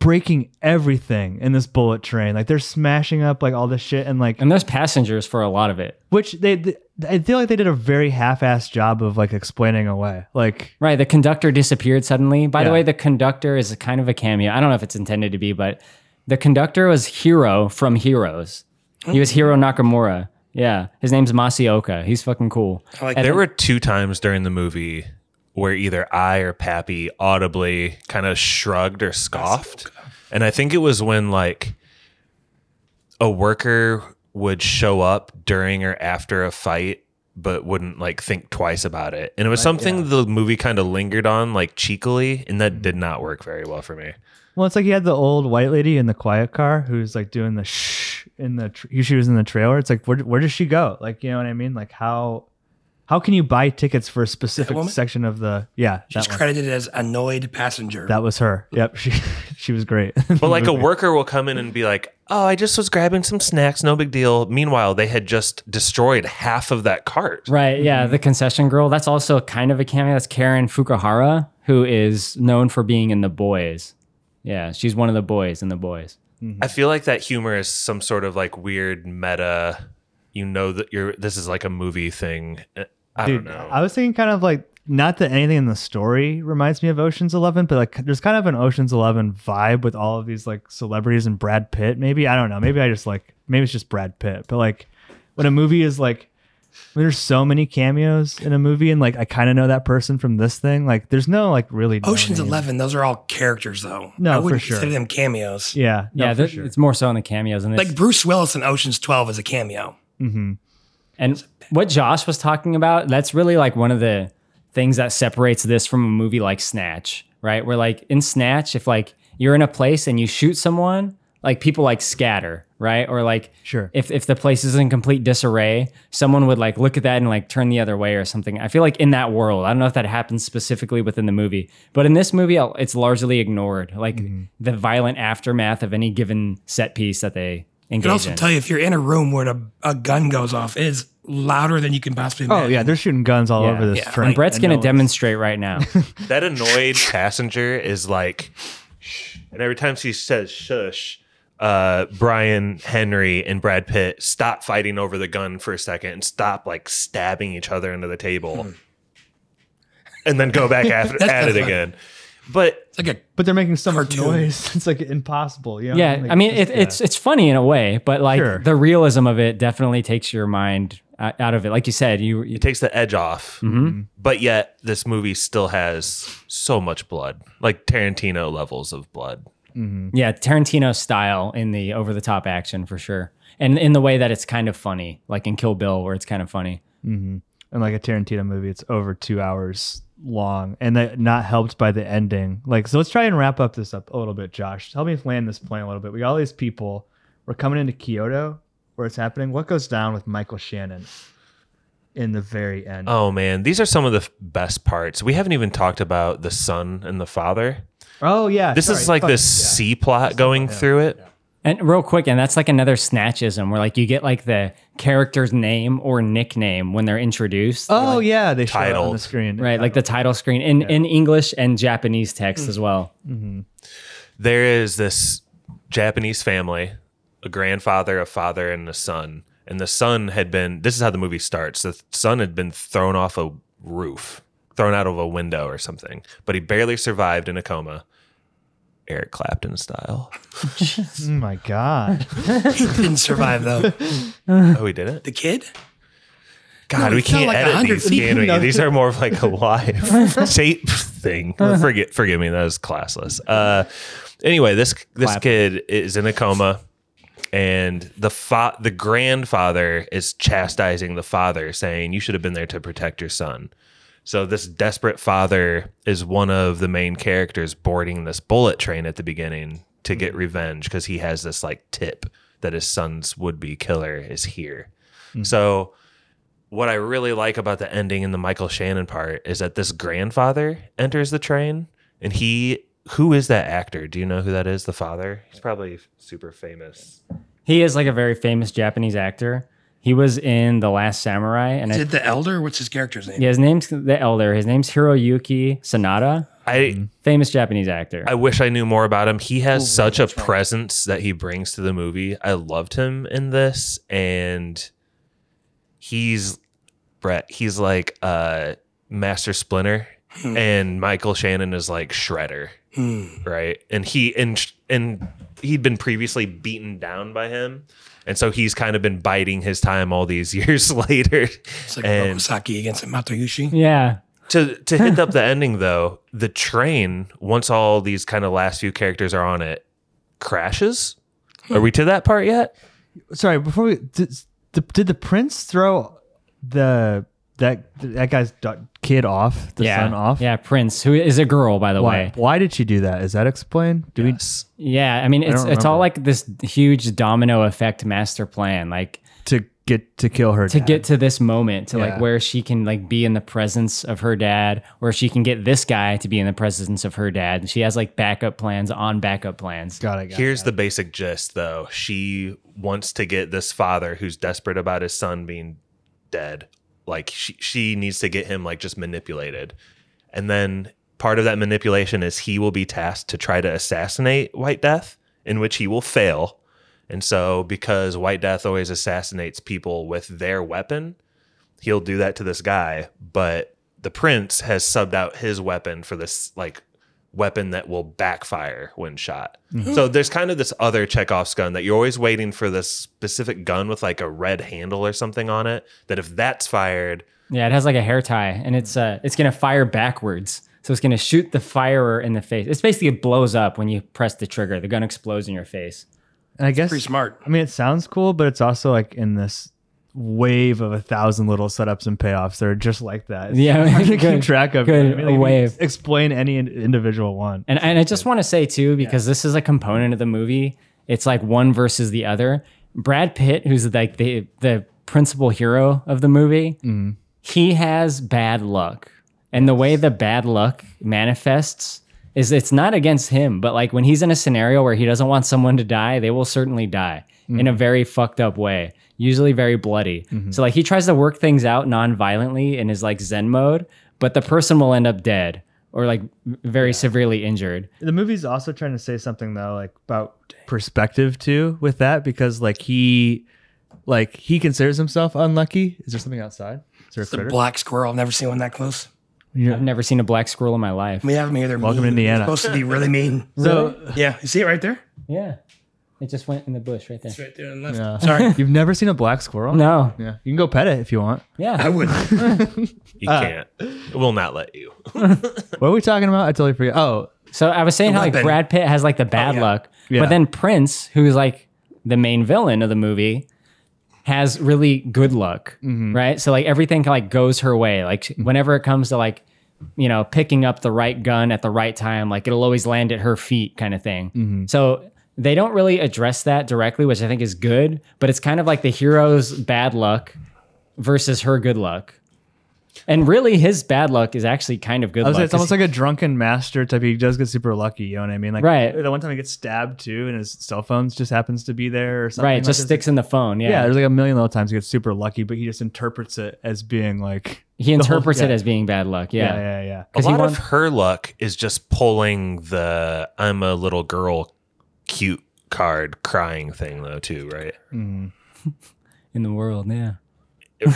Speaker 1: breaking everything in this bullet train. Like they're smashing up like all this shit, and like
Speaker 4: And there's passengers for a lot of it.
Speaker 1: which they, th- I feel like they did a very half-assed job of like explaining away. Like
Speaker 4: Right. The conductor disappeared suddenly. By the
Speaker 1: Yeah.
Speaker 4: way, the conductor is a kind of a cameo. I don't know if it's intended to be, but the conductor was Hero from Heroes. He was Hero Nakamura. Yeah. His name's Masioka. He's fucking cool.
Speaker 5: I like
Speaker 2: There were two times during the movie where either I or Pappy audibly kind of shrugged or scoffed. And I think it was when like a worker would show up during or after a fight but wouldn't like think twice about it. And it was something the movie kind of lingered on like cheekily and that did not work very well for me.
Speaker 1: Well, it's like he had the old white lady in the quiet car who's like doing the shh in the tr- she was in the trailer. It's like where where does she go? Like you know what I mean? Like how how can you buy tickets for a specific
Speaker 5: woman?
Speaker 1: section of the yeah
Speaker 5: She's
Speaker 1: that one.
Speaker 5: credited as annoyed passenger.
Speaker 1: That was her. Yep, she she was great.
Speaker 2: But like a worker will come in and be like, "Oh, I just was grabbing some snacks, no big deal." Meanwhile, they had just destroyed half of that cart.
Speaker 4: Right. Yeah. The concession girl. That's also kind of a cameo. That's Karen Fukuhara, who is known for being in The Boys. Yeah. She's one of the boys in The Boys.
Speaker 2: I feel like that humor is some sort of like weird meta. You know that you're. This is like a movie thing. Uh, I
Speaker 1: Dude,
Speaker 2: don't know.
Speaker 1: I was thinking kind of like not that anything in the story reminds me of Ocean's Eleven, but like there's kind of an Ocean's Eleven vibe with all of these like celebrities and Brad Pitt. Maybe I don't know. Maybe I just like maybe it's just Brad Pitt. But like when a movie is like when there's so many cameos in a movie and like I kind of know that person from this thing. Like there's no like really known
Speaker 5: Ocean's
Speaker 1: name.
Speaker 5: Eleven. Those are all characters, though.
Speaker 1: No,
Speaker 5: I
Speaker 1: for
Speaker 5: wouldn't
Speaker 1: sure.
Speaker 5: consider them cameos.
Speaker 1: Yeah, no,
Speaker 4: yeah.
Speaker 1: for
Speaker 4: there-
Speaker 1: sure.
Speaker 4: It's more so in the cameos. And
Speaker 5: Like Bruce Willis in Ocean's Twelve is a cameo.
Speaker 4: And what Josh was talking about, that's really like one of the things that separates this from a movie like Snatch, right? Where like in Snatch, if like you're in a place and you shoot someone, like people like scatter, right? Or like
Speaker 1: Sure.
Speaker 4: if if the place is in complete disarray, someone would like look at that and like turn the other way or something. I feel like in that world, I don't know if that happens specifically within the movie, but in this movie, I'll- it's largely ignored, like the violent aftermath of any given set piece that they
Speaker 5: I can
Speaker 4: engage
Speaker 5: also
Speaker 4: in.
Speaker 5: tell you if you're in a room where a, a gun goes off, it is louder than you can possibly.
Speaker 1: Oh
Speaker 5: Imagine.
Speaker 1: yeah, they're shooting guns all
Speaker 4: Yeah.
Speaker 1: over this
Speaker 5: Yeah.
Speaker 1: train.
Speaker 5: And
Speaker 4: Brett's
Speaker 1: no
Speaker 4: gonna
Speaker 1: one's-
Speaker 4: demonstrate right now.
Speaker 2: that annoyed passenger is like, shh. and every time she says shush, uh, Brian Henry and Brad Pitt stop fighting over the gun for a second and stop like stabbing each other into the table, and then go back after, at it
Speaker 5: Hmm. kinda funny.
Speaker 2: again. But
Speaker 5: It's like a
Speaker 1: But they're making so much
Speaker 5: Cartoon.
Speaker 1: noise. It's like impossible. You know?
Speaker 4: Yeah,
Speaker 1: Like,
Speaker 4: I mean,
Speaker 1: just-
Speaker 4: it,
Speaker 1: yeah.
Speaker 4: it's it's funny in a way, but like
Speaker 1: Sure.
Speaker 4: the realism of it definitely takes your mind o- out of it. Like you said, you, you
Speaker 2: it takes the edge off. But yet, this movie still has so much blood, like Tarantino levels of blood.
Speaker 1: Mm-hmm.
Speaker 4: yeah, Tarantino style in the over the top action for sure, and in the way that it's kind of funny, like in Kill Bill, where it's kind of funny.
Speaker 1: and like a Tarantino movie, it's over two hours long, and that not helped by the ending. Like, so let's try and wrap up this up a little bit, Josh. Help me land this plane a little bit. We got all these people. We're coming into Kyoto, where it's happening. What goes down with Michael Shannon in the very end?
Speaker 2: Oh man, these are some of the f- best parts. We haven't even talked about the son and the father.
Speaker 1: oh yeah,
Speaker 2: This
Speaker 1: sorry,
Speaker 2: is like
Speaker 1: fuck,
Speaker 2: this C plot going through it.
Speaker 4: And real quick, and that's like another snatchism where like you get like the character's name or nickname when they're introduced.
Speaker 1: Oh yeah, they show it on the
Speaker 2: Titled.
Speaker 1: screen.
Speaker 4: Right, like the title screen in, in English and Japanese text
Speaker 1: Mm.
Speaker 4: as well.
Speaker 2: there is this Japanese family, a grandfather, a father, and a son. And the son had been, this is how the movie starts. The son had been thrown off a roof, thrown out of a window or something, but he barely survived in a coma, Eric Clapton style.
Speaker 1: Oh my god.
Speaker 5: He didn't survive though.
Speaker 2: oh, he did it?
Speaker 5: The kid?
Speaker 2: God,
Speaker 5: No,
Speaker 2: we
Speaker 5: it's not
Speaker 2: can't
Speaker 5: like
Speaker 2: edit
Speaker 5: 100
Speaker 2: these,
Speaker 5: feet.
Speaker 2: can we?
Speaker 1: No.
Speaker 2: These are more of like a live tape thing.
Speaker 5: Uh-huh.
Speaker 2: Forget, forgive me, that was classless. Uh, anyway, this this
Speaker 4: Clap.
Speaker 2: kid is in a coma, and the fa- the grandfather is chastising the father, saying, "You should have been there to protect your son." So this desperate father is one of the main characters boarding this bullet train at the beginning to get
Speaker 5: Mm-hmm.
Speaker 2: revenge because he has this like tip that his son's would be killer is here.
Speaker 5: Mm.
Speaker 2: So what I really like about the ending in the Michael Shannon part is that this grandfather enters the train and he who is that actor? Do you know who that is? The father? He's probably super famous.
Speaker 4: He is like a very famous Japanese actor. He was in The Last Samurai and I,
Speaker 5: Did the elder? What's his character's name?
Speaker 4: yeah, his name's the elder. His name's Hiroyuki Sanada,
Speaker 2: I
Speaker 4: famous Japanese actor.
Speaker 2: I wish I knew more about him. He has such a presence that he brings to the movie. I loved him in this, and he's Brett. He's like uh, Master Splinter,
Speaker 5: Hmm.
Speaker 2: and Michael Shannon is like Shredder, right? And he and and he'd been previously beaten down by him, and so he's kind of been biding his time all these years later.
Speaker 5: It's like
Speaker 2: and
Speaker 5: Rokosaki against Matoyoshi.
Speaker 4: yeah.
Speaker 2: to to hit up the ending though, the train once all these kind of last few characters are on it crashes. Are we to that part yet?
Speaker 1: Sorry, before we did, did, did the prince throw the that that guy's do- kid off, the
Speaker 4: yeah.
Speaker 1: son off?
Speaker 4: Yeah, Prince, who is a girl by the way.
Speaker 1: Why, why did she do that? Is that explained? Do
Speaker 2: Yes.
Speaker 4: Yeah, I mean it's
Speaker 1: don't
Speaker 4: it's all
Speaker 1: remember.
Speaker 4: like this huge domino effect master plan like
Speaker 1: we to get to kill her
Speaker 4: to
Speaker 1: dad?
Speaker 4: get to this moment to like
Speaker 1: Yeah.
Speaker 4: where she can like be in the presence of her dad or she can get this guy to be in the presence of her dad. She has like backup plans on backup plans.
Speaker 1: Got it. Got it.
Speaker 2: Here's the basic gist though. She wants to get this father who's desperate about his son being dead. Like she she needs to get him like just manipulated. And then part of that manipulation is he will be tasked to try to assassinate White Death, in which he will fail. And so because White Death always assassinates people with their weapon, he'll do that to this guy, but the prince has subbed out his weapon for this like weapon that will backfire when shot.
Speaker 4: Mm-hmm.
Speaker 2: So there's kind of this other Chekhov's gun that you're always waiting for this specific gun with like a red handle or something on it that if that's fired,
Speaker 4: Yeah, it has like a hair tie, and it's uh, it's gonna fire backwards, so it's gonna shoot the firer in the face. It's basically it blows up when you press the trigger. The gun explodes in your face.
Speaker 1: and I guess
Speaker 5: Pretty smart.
Speaker 1: I mean, it sounds cool, but it's also like in this wave of a thousand little setups and payoffs that are just like that. It's
Speaker 4: Yeah,
Speaker 1: hard to
Speaker 4: good-
Speaker 1: keep track of.
Speaker 4: good
Speaker 1: I mean, like,
Speaker 4: wave.
Speaker 1: Explain any in- individual one.
Speaker 4: And and I just want to say too, because this is a component of the movie, it's like one versus the other. Brad Pitt, who's like the the principal hero of the movie, he has bad luck, and the way the bad luck manifests is it's not against him, but like when he's in a scenario where he doesn't want someone to die, they will certainly die in a very fucked up way, usually very bloody. So like he tries to work things out non-violently in his like Zen mode, but the person will end up dead or like very severely injured.
Speaker 1: the movie's also trying to say something though like about perspective too with that because like he like he considers himself unlucky is there something outside is there a
Speaker 5: It's the
Speaker 1: critter?
Speaker 5: black squirrel. I've never seen one that close.
Speaker 1: Yeah.
Speaker 4: I've never seen a black squirrel in my life.
Speaker 5: We have them here. They're
Speaker 1: Welcome to
Speaker 5: mean.
Speaker 1: Indiana.
Speaker 5: They're supposed to be really mean.
Speaker 1: so
Speaker 5: yeah, you see it right there.
Speaker 4: Yeah. It just went in the bush right there.
Speaker 5: right there on the left.
Speaker 1: yeah.
Speaker 5: Sorry,
Speaker 1: you've never seen a black squirrel
Speaker 4: No.
Speaker 1: yeah you can go pet it if you want
Speaker 5: I
Speaker 4: Yeah.
Speaker 5: would.
Speaker 2: you
Speaker 4: Uh.
Speaker 2: can't. It will not let you.
Speaker 1: what are we talking about i totally forget oh
Speaker 4: So I was saying how like
Speaker 5: weapon. Oh,
Speaker 4: Brad Pitt has like the bad
Speaker 5: yeah.
Speaker 4: luck,
Speaker 1: Yeah.
Speaker 4: but then Prince, who's like the main villain of the movie, has really good luck,
Speaker 1: Mm-hmm.
Speaker 4: right? So like everything like goes her way. Like whenever it comes to like you know picking up the right gun at the right time, like it'll always land at her feet, kind of thing.
Speaker 1: Mm-hmm.
Speaker 4: So they don't really address that directly, which I think is good, but it's kind of like the hero's bad luck versus her good luck. And really, his bad luck is actually kind of good
Speaker 1: I was
Speaker 4: luck.
Speaker 1: like, it's
Speaker 4: 'cause
Speaker 1: almost like a drunken master type. He does get super lucky, you know what I mean? Like
Speaker 4: Right.
Speaker 1: the one time he gets stabbed too, and his cell phone just happens to be there or something.
Speaker 4: right,
Speaker 1: like
Speaker 4: just
Speaker 1: this.
Speaker 4: sticks in the phone.
Speaker 1: Yeah,
Speaker 4: Yeah,
Speaker 1: there's like a million little times he gets super lucky, but he just interprets it as being like
Speaker 4: he
Speaker 1: the whole-
Speaker 4: interprets it
Speaker 1: yeah.
Speaker 4: as being bad luck. Yeah,
Speaker 1: yeah, yeah, yeah.
Speaker 2: A
Speaker 4: 'Cause he
Speaker 2: lot of
Speaker 4: won-
Speaker 2: her luck is just pulling the "I'm a little girl, cute" card crying thing though too, right?
Speaker 4: in the world. Yeah,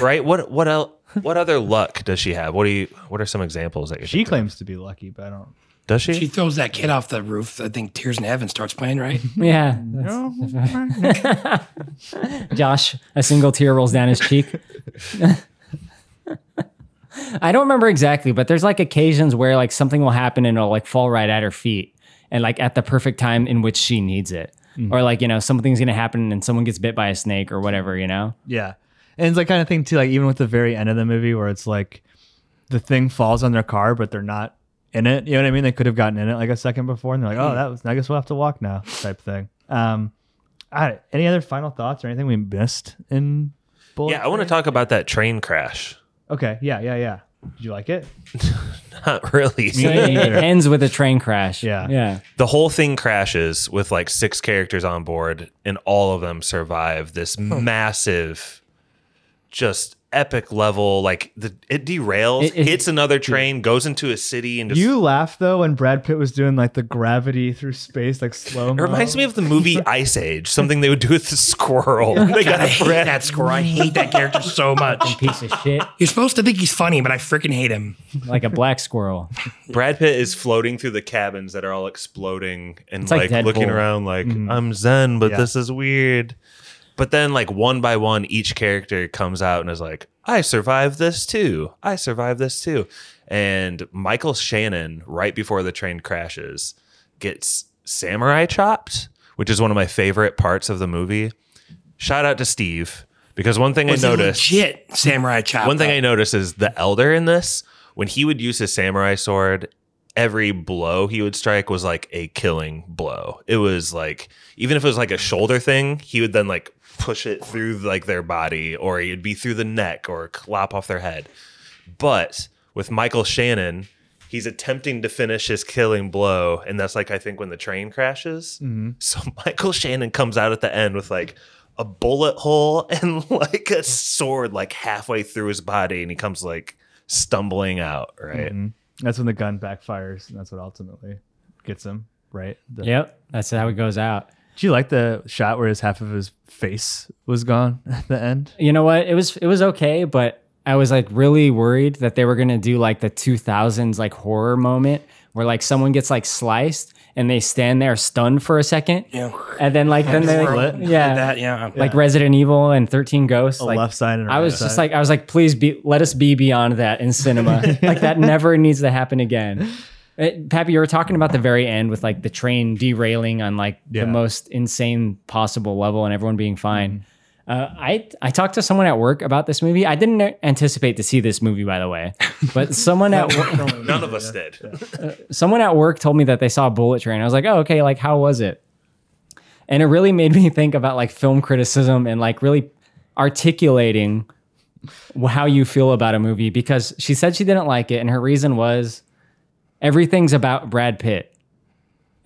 Speaker 2: right? What what el What other luck does she have? What do you? What are some examples that you?
Speaker 1: She claims to be lucky, but I don't.
Speaker 2: does she?
Speaker 5: She throws that kid off the roof. I think Tears in Heaven starts playing, right?
Speaker 4: yeah. that's- Josh, a single tear rolls down his cheek. I don't remember exactly, but there's like occasions where like something will happen and it'll like fall right at her feet and like at the perfect time in which she needs it.
Speaker 1: Hmm.
Speaker 4: Or like, you know, something's gonna happen and someone gets bit by a snake or whatever, you know?
Speaker 1: Yeah. And it's like kind of thing too, like even with the very end of the movie where it's like the thing falls on their car, but they're not in it. You know what I mean? They could have gotten in it like a second before and they're like, Oh, that was I guess we'll have to walk now type thing. Um I, any other final thoughts or anything we missed in Bullet?
Speaker 2: Yeah, I want to
Speaker 1: Train?
Speaker 2: talk about that train crash.
Speaker 1: Okay, yeah, yeah, yeah. Did you like it?
Speaker 2: Not really.
Speaker 4: So it, it ends with a train crash.
Speaker 1: Yeah.
Speaker 4: Yeah.
Speaker 2: the whole thing crashes with like six characters on board, and all of them survive this
Speaker 4: Hmm.
Speaker 2: massive, just epic level. Like the it derails,
Speaker 4: It- it-
Speaker 2: hits another train, goes into a city, and just
Speaker 1: You laughed though when Brad Pitt was doing like the gravity through space, like slow.
Speaker 2: It reminds me of the movie Ice Age, something they would do with the squirrel. They got
Speaker 5: I
Speaker 2: a
Speaker 5: hate
Speaker 2: friend.
Speaker 5: that score. I hate that character so much.
Speaker 4: Piece of shit.
Speaker 5: You're supposed to think he's funny, but I freaking hate him.
Speaker 4: Like a black squirrel.
Speaker 2: Brad Pitt is floating through the cabins that are all exploding and
Speaker 4: It's
Speaker 2: like,
Speaker 4: like
Speaker 2: looking
Speaker 4: Deadpool. Mm-hmm.
Speaker 2: around like I'm Zen, but
Speaker 1: Yeah.
Speaker 2: this is weird. But then like one by one, each character comes out and is like, I survived this too. I survived this too. And Michael Shannon, right before the train crashes, gets samurai chopped, which is one of my favorite parts of the movie. Shout out to Steve. Because one thing
Speaker 5: It's
Speaker 2: I noticed
Speaker 5: legit samurai chop.
Speaker 2: one thing I noticed is the elder in this, when he would use his samurai sword, every blow he would strike was like a killing blow. It was like even if it was like a shoulder thing, he would then like push it through like their body or it'd be through the neck or clop off their head. But with Michael Shannon, he's attempting to finish his killing blow, and that's like I think when the train crashes.
Speaker 1: Mm-hmm.
Speaker 2: So Michael Shannon comes out at the end with like a bullet hole and like a sword like halfway through his body, and he comes like stumbling out. Right?
Speaker 1: Mm-hmm. That's when the gun backfires, and that's what ultimately gets him. Right? The-
Speaker 4: Yep. That's how it goes out.
Speaker 1: Do you like the shot where his half of his face was gone at the end?
Speaker 4: you know what it was it was okay but i was like really worried that they were gonna do like the 2000s like horror moment where like someone gets like sliced and they stand there stunned for a second
Speaker 5: Yeah.
Speaker 4: and then like then they
Speaker 5: Lit.
Speaker 4: yeah
Speaker 5: that yeah.
Speaker 4: like resident evil and 13 ghosts
Speaker 1: A
Speaker 4: like
Speaker 1: left side and a
Speaker 4: i
Speaker 1: right
Speaker 4: was just
Speaker 1: side.
Speaker 4: like i was like please be let us be beyond that in cinema like that never needs to happen again Uh, Pappy, you were talking about the very end with like the train derailing on like
Speaker 1: Yeah.
Speaker 4: the most insane possible level and everyone being fine. Uh, I I talked to someone at work about this movie. I didn't anticipate to see this movie, by the way, but someone at wo-
Speaker 2: None of us did.
Speaker 4: someone at work told me that they saw Bullet Train. I was like, oh, okay, like how was it? And it really made me think about like film criticism and like really articulating wh- how you feel about a movie because she said she didn't like it and her reason was everything's about Brad Pitt.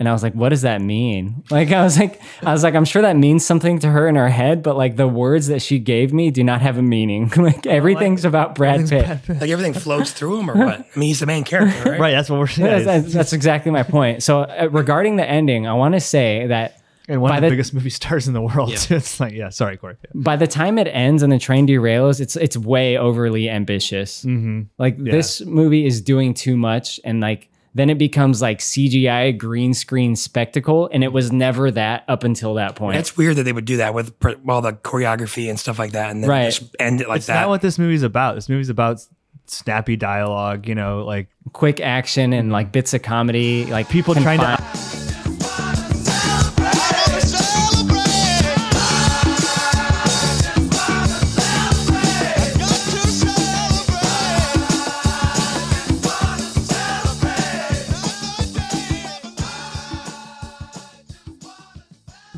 Speaker 4: And I was like, what does that mean? Like I was like I was like I'm sure that means something to her in her head, but like the words that she gave me do not have a meaning. like everything's about Brad Pitt.
Speaker 5: Like everything floats through him or what? I mean, he's the main character, right?
Speaker 1: right. That's what we're saying.
Speaker 4: That's, that's- that's exactly my point. So uh, regarding the ending, I want to say that
Speaker 1: and one
Speaker 4: by
Speaker 1: of the,
Speaker 4: the-
Speaker 1: biggest movie stars in the world. too. It's like, yeah, sorry, Corey. Yeah.
Speaker 4: by the time it ends and the train derails, it's it's way overly ambitious.
Speaker 1: Mm-hmm.
Speaker 4: Like this movie is doing too much, and like then it becomes like CGI green screen spectacle, and it was never that up until that point.
Speaker 5: It's weird that they would do that with pr- all the choreography and stuff like that, and then
Speaker 4: Right.
Speaker 5: just end it like
Speaker 1: It's
Speaker 5: that.
Speaker 1: not what this movie's about. This movie's about snappy dialogue. You know, like
Speaker 4: Quick action and like bits of comedy, like
Speaker 1: people trying to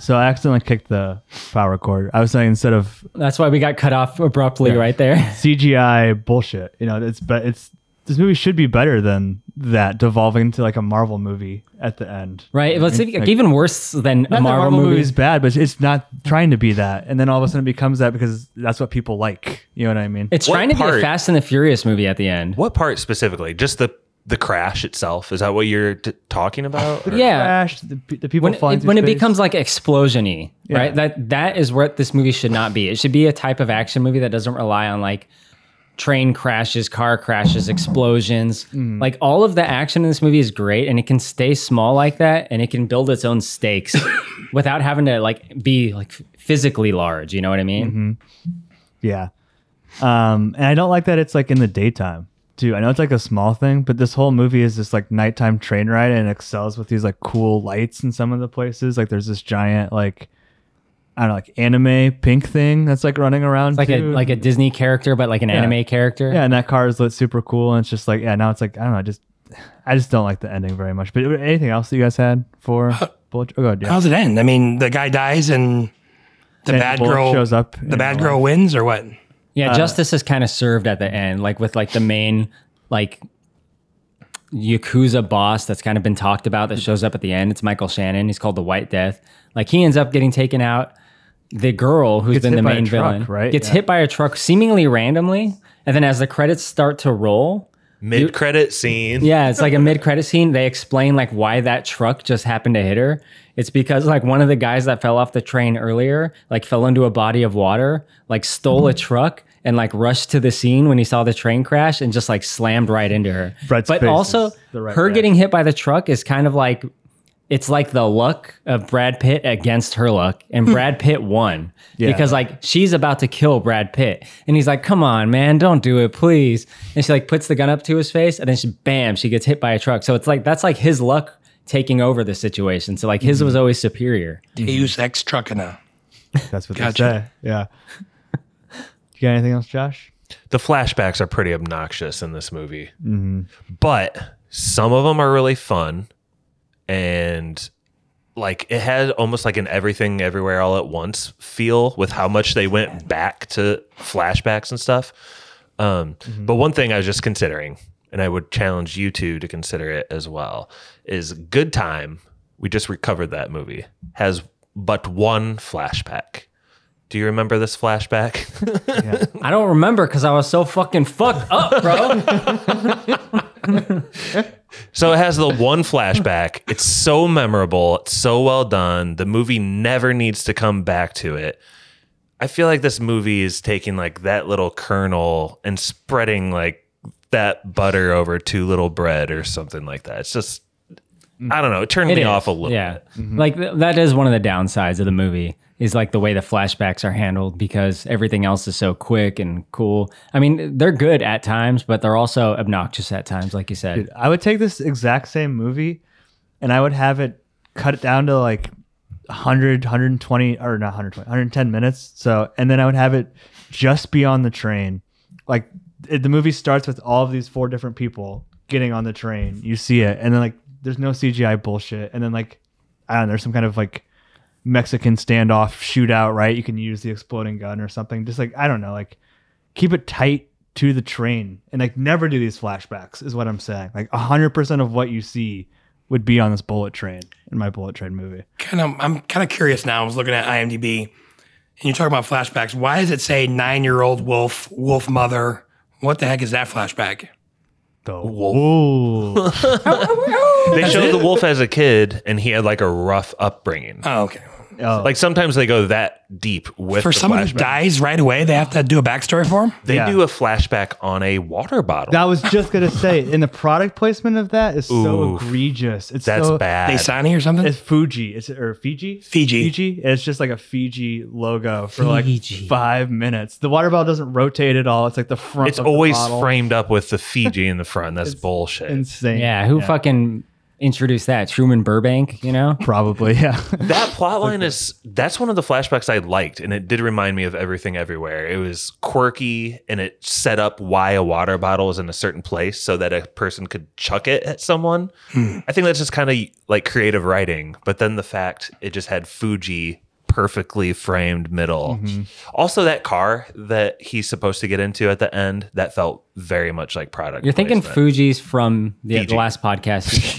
Speaker 1: So I accidentally kicked the power cord. I was saying instead of
Speaker 4: That's why we got cut off abruptly right there.
Speaker 1: CGI bullshit, you know, it's but it's this movie should be better than that, devolving into like a Marvel movie at the end.
Speaker 4: Right. Well, it's
Speaker 1: Like-
Speaker 4: even worse than a
Speaker 1: Not that
Speaker 4: Marvel, movie.
Speaker 1: is bad, but it's not trying to be that. And then all of a sudden it becomes that because that's what people like. You know what I mean?
Speaker 4: It's
Speaker 2: What
Speaker 4: trying to be
Speaker 2: part-
Speaker 4: a Fast and the Furious movie at the end.
Speaker 2: What part specifically? Just the the crash itself? Is that what you're t- talking about? Or-
Speaker 4: Yeah.
Speaker 1: Crash, the, pe- the people
Speaker 4: When,
Speaker 1: flying
Speaker 4: it,
Speaker 1: through
Speaker 4: when it
Speaker 1: space.
Speaker 4: becomes like explosiony,
Speaker 1: Yeah.
Speaker 4: right? That that is what this movie should not be. It should be a type of action movie that doesn't rely on like train crashes, car crashes, explosions.
Speaker 1: Mm.
Speaker 4: Like all of the action in this movie is great and it can stay small like that and it can build its own stakes without having to like be like physically large, you know what I mean?
Speaker 1: Mm-hmm. Yeah. Um, and I don't like that it's like in the daytime too. I know it's like a small thing, but this whole movie is this like nighttime train ride and it excels with these like cool lights in some of the places. Like there's this giant like I don't know, like anime pink thing that's like running around.
Speaker 4: Like
Speaker 1: too.
Speaker 4: a like a Disney character but like an anime character.
Speaker 1: yeah, and that car is lit super cool, and it's just like yeah. Now it's like I don't know, just I just don't like the ending very much. But uh, anything else that you guys had for Bullet? Oh god, yeah.
Speaker 5: How's it end? I mean, the guy dies and the
Speaker 1: And
Speaker 5: bad
Speaker 1: Bullet
Speaker 5: girl
Speaker 1: shows up.
Speaker 5: The bad girl wins or what?
Speaker 1: Uh,
Speaker 4: Yeah, justice is kind of served at the end, like with like the main like yakuza boss that's kind of been talked about that shows up at the end. It's Michael Shannon. He's called the White Death. Like he ends up getting taken out. The girl who's
Speaker 1: Gets
Speaker 4: been
Speaker 1: hit
Speaker 4: the
Speaker 1: by a
Speaker 4: main
Speaker 1: truck,
Speaker 4: villain
Speaker 1: right?
Speaker 4: gets
Speaker 1: Yeah.
Speaker 4: hit by a truck seemingly randomly, and then as the credits start to roll,
Speaker 2: Mid credit scene.
Speaker 4: yeah, it's like a mid-credit scene. They explain like why that truck just happened to hit her. It's because like one of the guys that fell off the train earlier, like fell into a body of water, like stole a truck and like rushed to the scene when he saw the train crash and just like slammed right into her.
Speaker 1: Brett's
Speaker 4: but
Speaker 1: face
Speaker 4: also
Speaker 1: is the right
Speaker 4: her
Speaker 1: reaction.
Speaker 4: getting hit by the truck is kind of like it's like the luck of Brad Pitt against her luck, and Brad Pitt won because like she's about to kill Brad Pitt, and he's like, "Come on, man, don't do it, please." And she like puts the gun up to his face, and then she bam, she gets hit by a truck. So it's like that's like his luck taking over the situation. So like his was always superior.
Speaker 5: Deus ex trucking.
Speaker 1: That's what
Speaker 5: Gotcha.
Speaker 1: they say. Yeah. you got anything else, Josh?
Speaker 2: The flashbacks are pretty obnoxious in this movie, but some of them are really fun, and like it had almost like an everything everywhere all at once feel with how much they went back to flashbacks and stuff. Um, But one thing I was just considering, and I would challenge you two to consider it as well, is Good Time. We just recovered that movie has but one flashback. Do you remember this flashback?
Speaker 4: I don't remember because I was so fucking fucked up, bro.
Speaker 2: So it has the one flashback. It's so memorable. It's so well done. The movie never needs to come back to it. I feel like this movie is taking like that little kernel and spreading like that butter over too little bread or something like that. It's just I don't know. It turned
Speaker 4: It
Speaker 2: me
Speaker 4: is,
Speaker 2: off a little.
Speaker 4: Yeah,
Speaker 2: bit. Mm-hmm.
Speaker 4: like th- that is one of the downsides of the movie is like the way the flashbacks are handled because everything else is so quick and cool. I mean, they're good at times, but they're also obnoxious at times, like you said.
Speaker 1: Dude, I would take this exact same movie and I would have it cut it down to like 100, 120, or not 120, 110 minutes. So, and then I would have it just be on the train. Like it, the movie starts with all of these four different people getting on the train. You see it. And then like there's no CGI bullshit. And then like, I don't know, there's some kind of like Mexican standoff shootout, right? You can use the exploding gun or something. Just like, I don't know, like keep it tight to the train and like never do these flashbacks is what I'm saying. Like 100% of what you see would be on this bullet train in my bullet train movie.
Speaker 5: Kind of, I'm kind of curious now. I was looking at IMDb, and you're talking about flashbacks. Why does it say nine year old wolf, wolf mother? What the heck is that flashback?
Speaker 1: The wolf.
Speaker 2: They showed the wolf as a kid and he had like a rough upbringing.
Speaker 5: Oh, okay.
Speaker 1: Oh,
Speaker 2: Like sometimes they go that deep with
Speaker 5: For
Speaker 2: the
Speaker 5: someone who
Speaker 2: flashback.
Speaker 5: dies right away, they have to do a backstory for him.
Speaker 2: They
Speaker 1: Yeah.
Speaker 2: do a flashback on a water bottle.
Speaker 1: I was just gonna say, and the product placement of that is so
Speaker 2: Oof.
Speaker 1: egregious. It's
Speaker 2: That's
Speaker 1: so,
Speaker 2: bad.
Speaker 5: They Sani or something.
Speaker 1: It's Fuji. It's or Fiji.
Speaker 5: Fiji.
Speaker 1: Fiji. It's just like a Fiji logo for like five minutes. The water bottle doesn't rotate at all. It's like the front.
Speaker 2: It's
Speaker 1: of the
Speaker 2: always
Speaker 1: bottle.
Speaker 2: framed up with the Fiji in the front. That's bullshit.
Speaker 1: Insane.
Speaker 4: Yeah, who fucking introduced that? Truman Burbank, you know?
Speaker 1: Probably. Yeah.
Speaker 2: that plot line is that's one of the flashbacks I liked, and it did remind me of everything everywhere. It was quirky and it set up why a water bottle is in a certain place so that a person could chuck it at someone. I think that's just kind of like creative writing. But then the fact it just had Fuji perfectly framed middle.
Speaker 1: Mm-hmm.
Speaker 2: Also, that car that he's supposed to get into at the end that felt very much like product.
Speaker 4: You're thinking
Speaker 2: placement.
Speaker 4: Fuji's from the, the
Speaker 2: Fiji.
Speaker 4: last podcast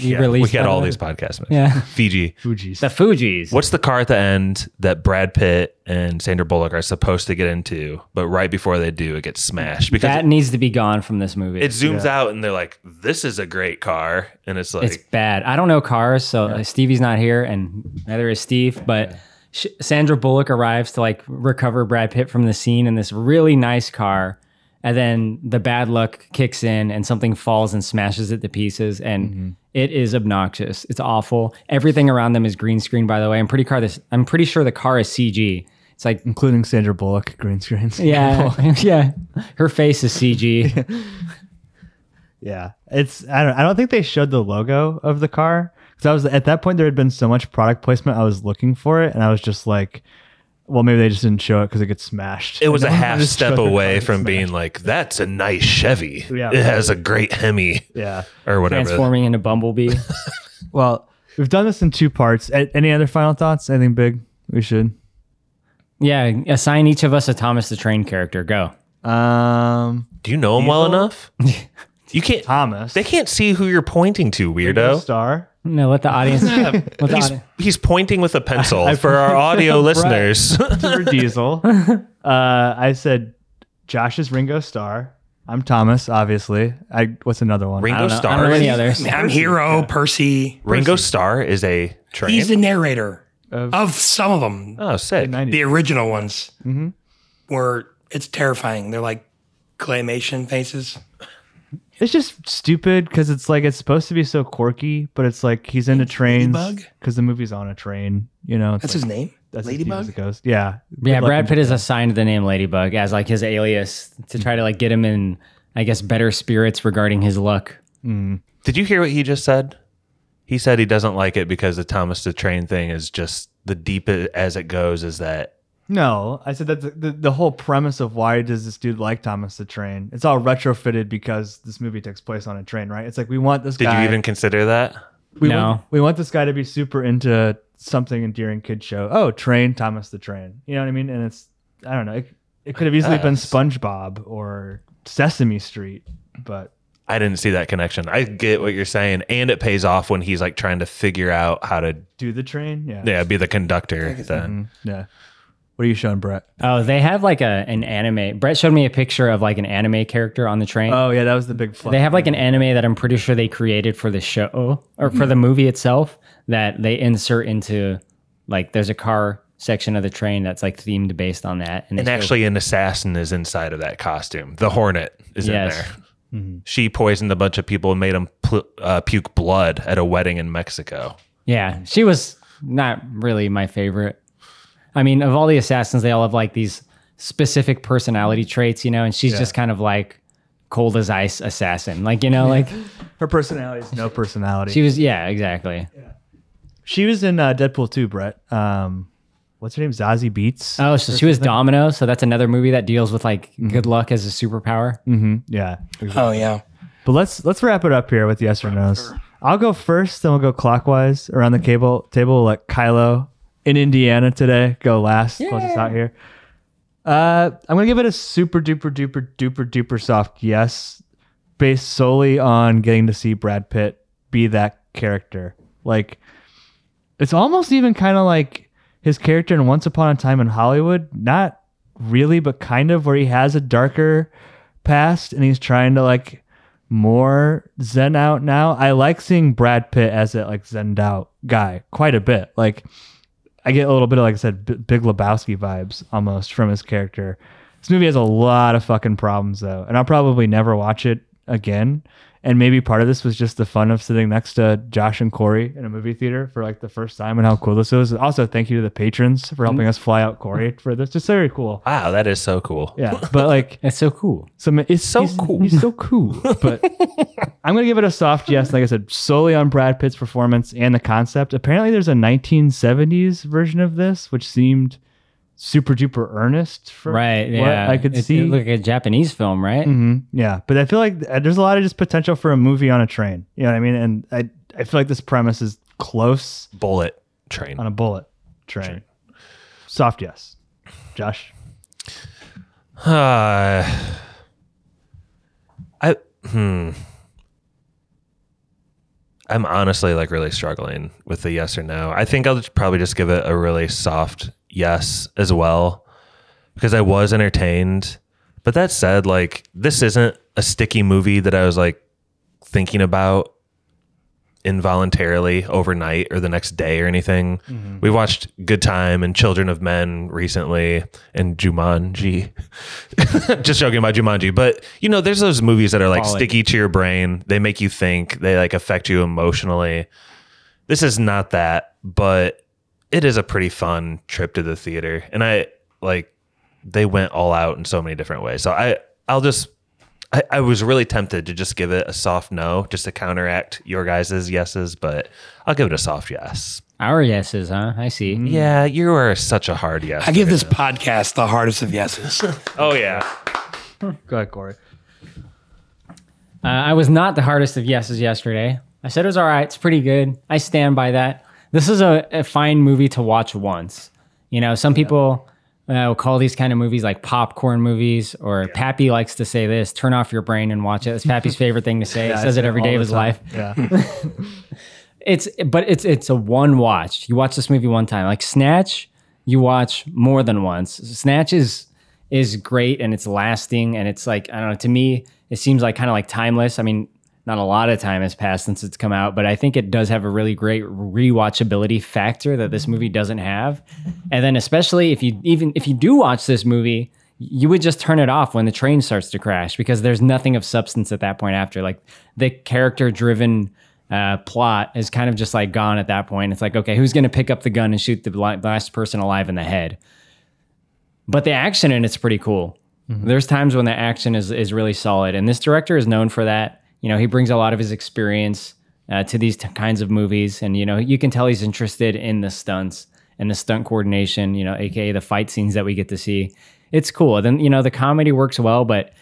Speaker 4: you
Speaker 2: Yeah,
Speaker 4: released.
Speaker 2: we get
Speaker 4: by
Speaker 2: all
Speaker 4: the-
Speaker 2: these podcasts. man.
Speaker 4: Yeah.
Speaker 2: Fiji.
Speaker 4: The Fuji's.
Speaker 2: What's the car at the end that Brad Pitt and Sandra Bullock are supposed to get into, but right before they do, it gets smashed because
Speaker 4: that needs to be gone from this movie.
Speaker 2: it zooms out and they're like, "This is a great car," and it's like,
Speaker 4: it's bad. I don't know cars, so uh, Stevie's not here, and neither is Steve. But sh- Sandra Bullock arrives to like recover Brad Pitt from the scene in this really nice car, and then the bad luck kicks in, and something falls and smashes it to pieces, and it is obnoxious. It's awful. Everything around them is green screen. By the way, I'm pretty car. This I'm pretty sure the car is CG. It's like
Speaker 1: including Sandra Bullock green screens.
Speaker 4: yeah, yeah. Her face is CG.
Speaker 1: Yeah, it's I don't I don't think they showed the logo of the car because I was at that point there had been so much product placement I was looking for it and I was just like, well maybe they just didn't show it because it gets smashed.
Speaker 2: it was a
Speaker 1: And they
Speaker 2: half
Speaker 1: just showed
Speaker 2: step
Speaker 1: the
Speaker 2: away
Speaker 1: car
Speaker 2: from
Speaker 1: smashed.
Speaker 2: being like, "That's a nice Chevy.
Speaker 1: Yeah.
Speaker 2: It has a great Hemi
Speaker 1: Yeah.
Speaker 2: or whatever."
Speaker 4: Transforming into Bumblebee.
Speaker 1: Well, we've done this in two parts. A- any other final thoughts? Anything big? We should.
Speaker 4: yeah, assign each of us a Thomas the Train character. Go.
Speaker 1: Um,
Speaker 2: Do you know him well
Speaker 1: Diesel?
Speaker 2: enough? You can't.
Speaker 1: Thomas.
Speaker 2: They can't see who you're pointing to, weirdo.
Speaker 1: Star.
Speaker 4: No, let the audience. let the
Speaker 2: He's,
Speaker 4: audi-
Speaker 2: he's pointing with a pencil for our audio listeners.
Speaker 1: Christopher Diesel. Uh, I said Josh is Ringo Star. I'm Thomas, obviously. I what's another one?
Speaker 4: I
Speaker 2: Ringo
Speaker 4: don't know. I
Speaker 2: Starr.
Speaker 4: don't know any
Speaker 2: is-
Speaker 4: others.
Speaker 5: I'm Hero, Percy.
Speaker 2: Ringo Starr is a train.
Speaker 5: He's the narrator
Speaker 1: Of-
Speaker 5: of, some of them.
Speaker 2: oh, sick.
Speaker 1: 90s.
Speaker 5: The original ones were it's terrifying. They're like claymation faces.
Speaker 1: It's just stupid because it's like it's supposed to be so quirky, but it's like he's into trains
Speaker 5: Ladybug?
Speaker 1: because the movie's on a train. You know, it's
Speaker 5: That's
Speaker 1: like-
Speaker 5: his name.
Speaker 1: That's as deep as it
Speaker 5: Ladybug.
Speaker 1: goes. Yeah,
Speaker 4: Yeah,
Speaker 1: Good luck
Speaker 4: Brad
Speaker 1: in-
Speaker 4: Pitt is assigned the name Ladybug as like his alias to try to like get him in, I guess, better spirits regarding his luck.
Speaker 2: Did you hear what he just said? He said he doesn't like it because the Thomas the Train thing is just the deep it- as it goes is that
Speaker 1: No, I said that the, the, the whole premise of why does this dude like Thomas the Train? It's all retrofitted because this movie takes place on a train, right? It's like we want this
Speaker 2: did
Speaker 1: guy.
Speaker 2: you even consider that?
Speaker 1: we
Speaker 4: No.
Speaker 1: want, we want this guy to be super into something endearing kid show. Oh, train Thomas the Train. You know what I mean? And it's I don't know. It, it could have easily been
Speaker 2: guess.
Speaker 1: SpongeBob or Sesame Street, but
Speaker 2: I didn't see that connection. I get what you're saying, and it pays off when he's like trying to figure out how to
Speaker 1: do the train? Yeah.
Speaker 2: yeah be the conductor. Then
Speaker 1: Mhm. Yeah. What are you showing, Brett?
Speaker 4: Oh, they have like a an anime. Brett showed me a picture of like an anime character on the train.
Speaker 1: Oh yeah, that was the big flex.
Speaker 4: they have like an anime that I'm pretty sure they created for the show or for the movie itself that they insert into like there's a car section of the train that's like themed based on that.
Speaker 2: and
Speaker 4: they show-
Speaker 2: actually an assassin is inside of that costume. The Hornet is
Speaker 4: Yes.
Speaker 2: in there. She poisoned a bunch of people and made them pl- uh, puke blood at a wedding in Mexico.
Speaker 4: Yeah, she was not really my favorite. I mean, of all the assassins, they all have like these specific personality traits, you know, and she's just kind of like cold as ice assassin. Like, you know, like
Speaker 1: her personality is no personality.
Speaker 4: she was, yeah, exactly.
Speaker 1: She was in uh, Deadpool 2, Brett. Um, what's her name? Zazie Beats.
Speaker 4: Oh, so she was Domino. So that's another movie that deals with like
Speaker 1: Mm-hmm.
Speaker 4: good luck as a superpower.
Speaker 1: yeah.
Speaker 5: Oh yeah.
Speaker 1: But let's let's wrap it up here with yes or no's. I'll go first, then we'll go clockwise around the cable table. We'll let Kylo in Indiana today go last. Close us out here. Uh, I'm gonna give it a super duper duper duper duper soft yes, based solely on getting to see Brad Pitt be that character. Like, it's almost even kind of like his character in Once Upon a Time in Hollywood. Not really, but kind of where he has a darker past and he's trying to like more zen out now. I like seeing Brad Pitt as that like zened out guy quite a bit. Like I get a little bit of like I said, B- Big Lebowski vibes almost from his character. This movie has a lot of fucking problems though, and I'll probably never watch it again. And maybe part of this was just the fun of sitting next to Josh and Corey in a movie theater for like the first time and how cool this was. And also, thank you to the patrons for helping us fly out Corey for this. Just very cool.
Speaker 2: Wow, that is so cool.
Speaker 1: Yeah, but like
Speaker 4: That's so cool.
Speaker 1: so ma- it's so
Speaker 2: cool.
Speaker 1: He's so cool. But I'm gonna give it a soft yes. Like I said, solely on Brad Pitt's performance and the concept. Apparently, there's a 1970s version of this, which seemed super duper earnest. For
Speaker 4: Right.
Speaker 1: what
Speaker 4: Yeah.
Speaker 1: I could
Speaker 4: It-
Speaker 1: see.
Speaker 4: It looked like a Japanese film, right?
Speaker 1: Mhm, yeah, but I feel like uh, there's a lot of just potential for a movie on a train. You know what I mean? And I I feel like this premise is close
Speaker 2: Bullet train.
Speaker 1: on a bullet train. Soft yes. Josh.
Speaker 2: Uh, I hmm. I'm honestly like really struggling with the yes or no. I think I'll just probably just give it a really soft yes as well because I was entertained. But that said, like this isn't a sticky movie that I was like thinking about involuntarily overnight or the next day or anything. We watched Good Time and Children of Men recently and Jumanji. Just joking about Jumanji, but you know, there's those movies that are like
Speaker 4: Quality.
Speaker 2: sticky to your brain. They make you think, they like affect you emotionally. This is not that, but it is a pretty fun trip to the theater. And I like they went all out in so many different ways. So I I'll just I, I was really tempted to just give it a soft no, just to counteract your guys' yeses, but I'll give it a soft yes.
Speaker 4: Our yeses, E huh? I see.
Speaker 1: Mm-hmm.
Speaker 2: Yeah, you are such a hard yes.
Speaker 5: I give this podcast the hardest of yeses.
Speaker 2: Oh yeah.
Speaker 1: Go ahead, Corey.
Speaker 4: Uh, I was not the hardest of yeses yesterday. I said it was all right. It's pretty good. I stand by that. This is a, a fine movie to watch once. You know, some people uh, will call these kind of movies like popcorn movies, or Pappy likes to say this turn off your brain and watch it. It's Pappy's favorite thing to say. he says it every day of his life.
Speaker 1: Yeah.
Speaker 4: It's but it's it's a one watch. You watch this movie one time. Like Snatch, you watch more than once. Snatch is is great and it's lasting and it's like I don't know. To me, it seems like kind of like timeless. I mean, not a lot of time has passed since it's come out, but I think it does have a really great rewatchability factor that this movie doesn't have. And then especially if you even if you do watch this movie. You would just turn it off when the train starts to crash because there's nothing of substance at that point. After like the character-driven uh, plot is kind of just like gone at that point. It's like, okay, who's going to pick up the gun and shoot the li- last person alive in the head? But the action in it's pretty cool. There's times when the action is is really solid, and this director is known for that. You know, he brings a lot of his experience uh, to these t- kinds of movies, and you know, you can tell he's interested in the stunts and the stunt coordination. You know, aka the fight scenes that we get to see. It's cool. Then you know, the comedy works well, but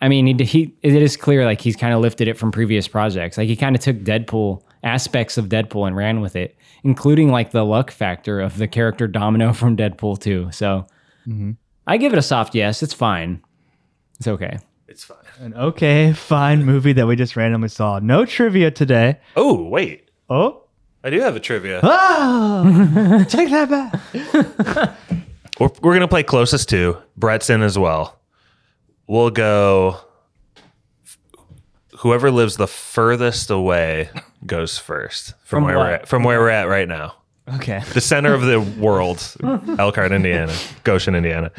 Speaker 4: I mean, he, he it is clear like he's kind of lifted it from previous projects. Like he kind of took Deadpool aspects of Deadpool and ran with it, including like the luck factor of the character Domino from Deadpool 2. So I give it a soft yes. It's fine. It's okay.
Speaker 2: It's fine.
Speaker 1: An okay, fine movie that we just randomly saw. No trivia today.
Speaker 2: Oh, wait.
Speaker 1: Oh.
Speaker 2: I do have a trivia.
Speaker 1: Oh, take that back.
Speaker 2: We're, we're gonna play closest to Brett's in as well. We'll go. Whoever lives the furthest away goes first from,
Speaker 4: From
Speaker 2: where
Speaker 4: what?
Speaker 2: we're at, from where we're at right now.
Speaker 1: Okay.
Speaker 2: the center of the world, Elkhart, Indiana, Goshen, Indiana.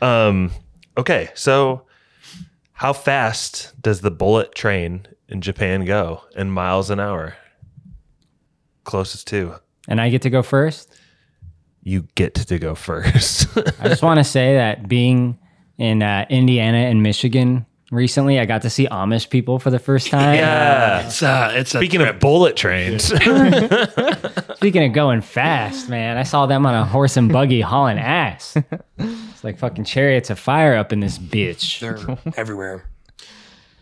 Speaker 2: Um, okay, so how fast does the bullet train in Japan go in miles an hour? Closest to
Speaker 4: And I get to go first.
Speaker 2: you get to go first.
Speaker 4: I just want to say that being in uh, Indiana and Michigan recently, I got to see Amish people for the first time.
Speaker 2: yeah.
Speaker 5: It's uh, it's a
Speaker 2: Speaking of bullet trains,
Speaker 4: Speaking of going fast, man, I saw them on a horse and buggy hauling ass. It's like fucking chariots of fire up in this bitch.
Speaker 5: they're everywhere.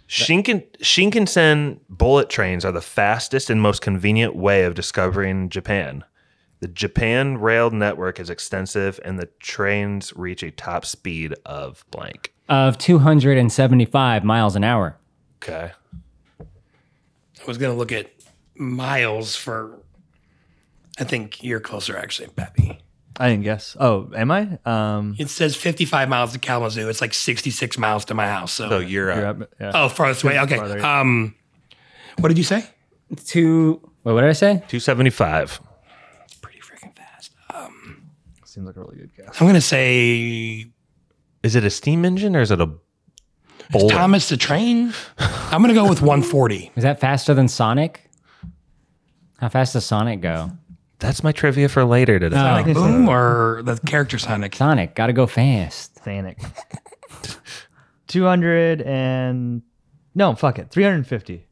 Speaker 2: Shinken, Shinkansen bullet trains are the fastest and most convenient way of discovering Japan. The Japan rail network is extensive, and the trains reach a top speed of blank.
Speaker 4: of 275 miles an hour.
Speaker 2: Okay.
Speaker 5: I was gonna look at miles for. I think you're closer, actually, Peppy.
Speaker 1: I didn't guess. Oh, am I? Um,
Speaker 5: It says 55 miles to Kalamazoo. It's like 66 miles to my house. So,
Speaker 2: So you're up.
Speaker 1: you're up. Yeah.
Speaker 5: oh, farthest way. Okay.
Speaker 1: Farther.
Speaker 5: Um, what did you say?
Speaker 4: Two. Wait, what did I say?
Speaker 2: 275.
Speaker 5: Pretty freaking fast.
Speaker 1: Seems like a really good guess.
Speaker 5: I'm gonna say
Speaker 2: Is it a steam engine or is it a bullet?
Speaker 5: Thomas the Train. I'm gonna go with 140.
Speaker 4: Is that faster than Sonic? How fast does Sonic go?
Speaker 2: That's my trivia for later today.
Speaker 4: Sonic.
Speaker 5: Boom or the character Sonic.
Speaker 4: Sonic, gotta go fast.
Speaker 1: Sanic. 200 and no, fuck it. 350.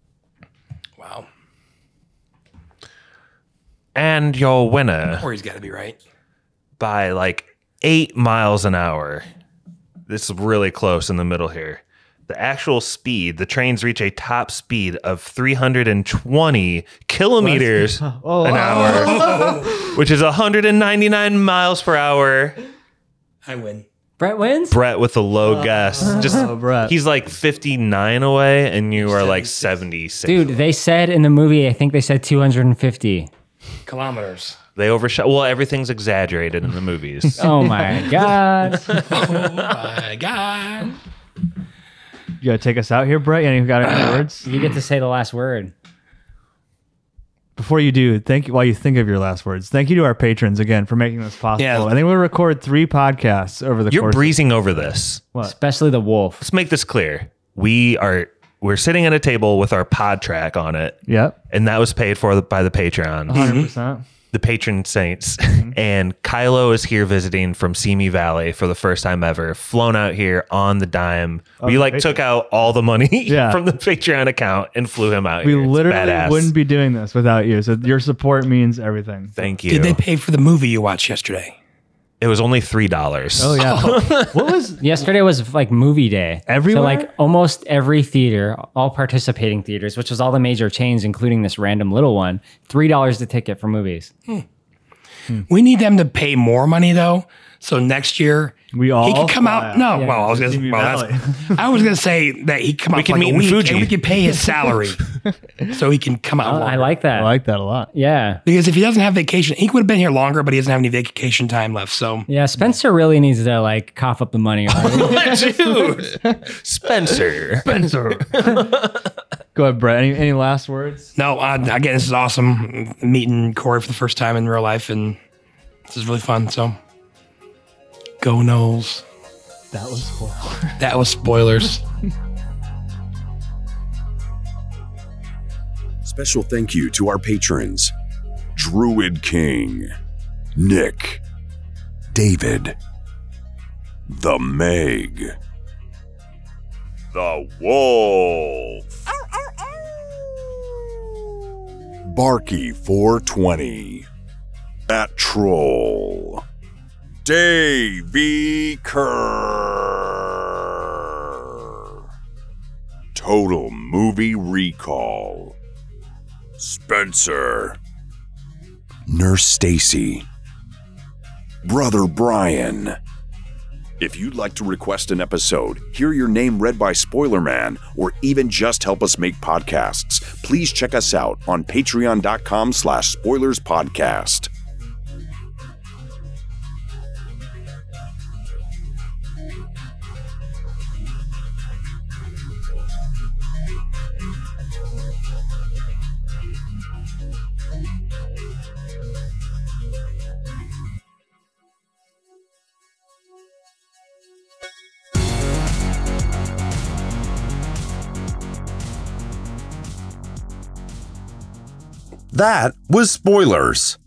Speaker 5: Wow.
Speaker 2: And your winner
Speaker 5: Or he's got to be right.
Speaker 2: by like eight miles an hour. This is really close in the middle here. The actual speed, the trains reach a top speed of 320 kilometers
Speaker 1: Oh,
Speaker 2: an hour. which is 199 miles per hour.
Speaker 5: I win.
Speaker 4: Brett wins.
Speaker 2: Brett with a low guess. Just
Speaker 1: Brett.
Speaker 2: he's like 59 away, and you are like 76.
Speaker 4: Dude, they said in the movie, I think they said 250.
Speaker 5: Kilometers.
Speaker 2: They overshot. Well, everything's exaggerated in the movies.
Speaker 4: Oh my god.
Speaker 5: My God.
Speaker 1: You gotta take us out here, Brett. You got any words?
Speaker 4: You get to say the last word.
Speaker 1: Before you do, thank you while you think of your last words. Thank you to our patrons again for making this possible.
Speaker 5: Yeah.
Speaker 1: I think we'll record three podcasts over the
Speaker 2: You're
Speaker 1: course.
Speaker 2: breezing over this.
Speaker 4: Especially the wolf.
Speaker 2: Let's make this clear. We are we're sitting at a table with our pod track on it,
Speaker 1: yep.
Speaker 2: and that was paid for by the Patreon.
Speaker 1: 100 percent.
Speaker 2: the patron saints.
Speaker 1: Mm-hmm.
Speaker 2: and Kylo is here visiting from Simi Valley for the first time ever, flown out here on the dime. we like
Speaker 1: Patreon.
Speaker 2: took out all the money
Speaker 1: Yeah.
Speaker 2: from the Patreon account and flew him out
Speaker 1: We
Speaker 2: here. It's
Speaker 1: literally
Speaker 2: badass.
Speaker 1: wouldn't be doing this without you. So your support means everything.
Speaker 2: Thank you.
Speaker 5: Did they pay for the movie you watched yesterday?
Speaker 2: it was only three dollars.
Speaker 1: Oh yeah. what was
Speaker 4: Yesterday was like movie day.
Speaker 1: Everywhere?
Speaker 4: So like almost every theater, all participating theaters, which was all the major chains, including this random little one, three dollars the ticket for movies.
Speaker 5: We need them to pay more money though. So next year
Speaker 1: We all
Speaker 5: he could come
Speaker 1: fly
Speaker 5: out.
Speaker 1: out.
Speaker 5: No, well, I was gonna,
Speaker 1: Simi
Speaker 5: well, that's, I was gonna say that he come out
Speaker 2: can
Speaker 5: for like
Speaker 2: meet
Speaker 5: a
Speaker 2: in
Speaker 5: week
Speaker 2: Fuji.
Speaker 5: and we could pay his salary, so he can come out.
Speaker 4: Oh, I
Speaker 5: longer.
Speaker 4: like that.
Speaker 1: I like that a lot.
Speaker 4: yeah.
Speaker 5: because if he doesn't have vacation, he would have been here longer, but he doesn't have any vacation time left. So
Speaker 4: Yeah, Spencer really needs to like cough up the money. right?
Speaker 2: Dude. Spencer.
Speaker 1: Go ahead, Brett. Any, any last words?
Speaker 5: no, uh, again, this is awesome meeting Corey for the first time in real life, and this is really fun. So go Knowles.
Speaker 1: That was cool.
Speaker 5: That was spoilers.
Speaker 6: Special thank you to our patrons Druid King, Nick, David, The Meg, The Wolf, Barky420, Bat Troll, Davey Kerr, Total Movie Recall. Spencer. Nurse Stacy. Brother Brian. If you'd like to request an episode, hear your name read by Spoiler Man, or even just help us make podcasts, please check us out on patreon.com slash spoilers podcast.
Speaker 7: That was spoilers.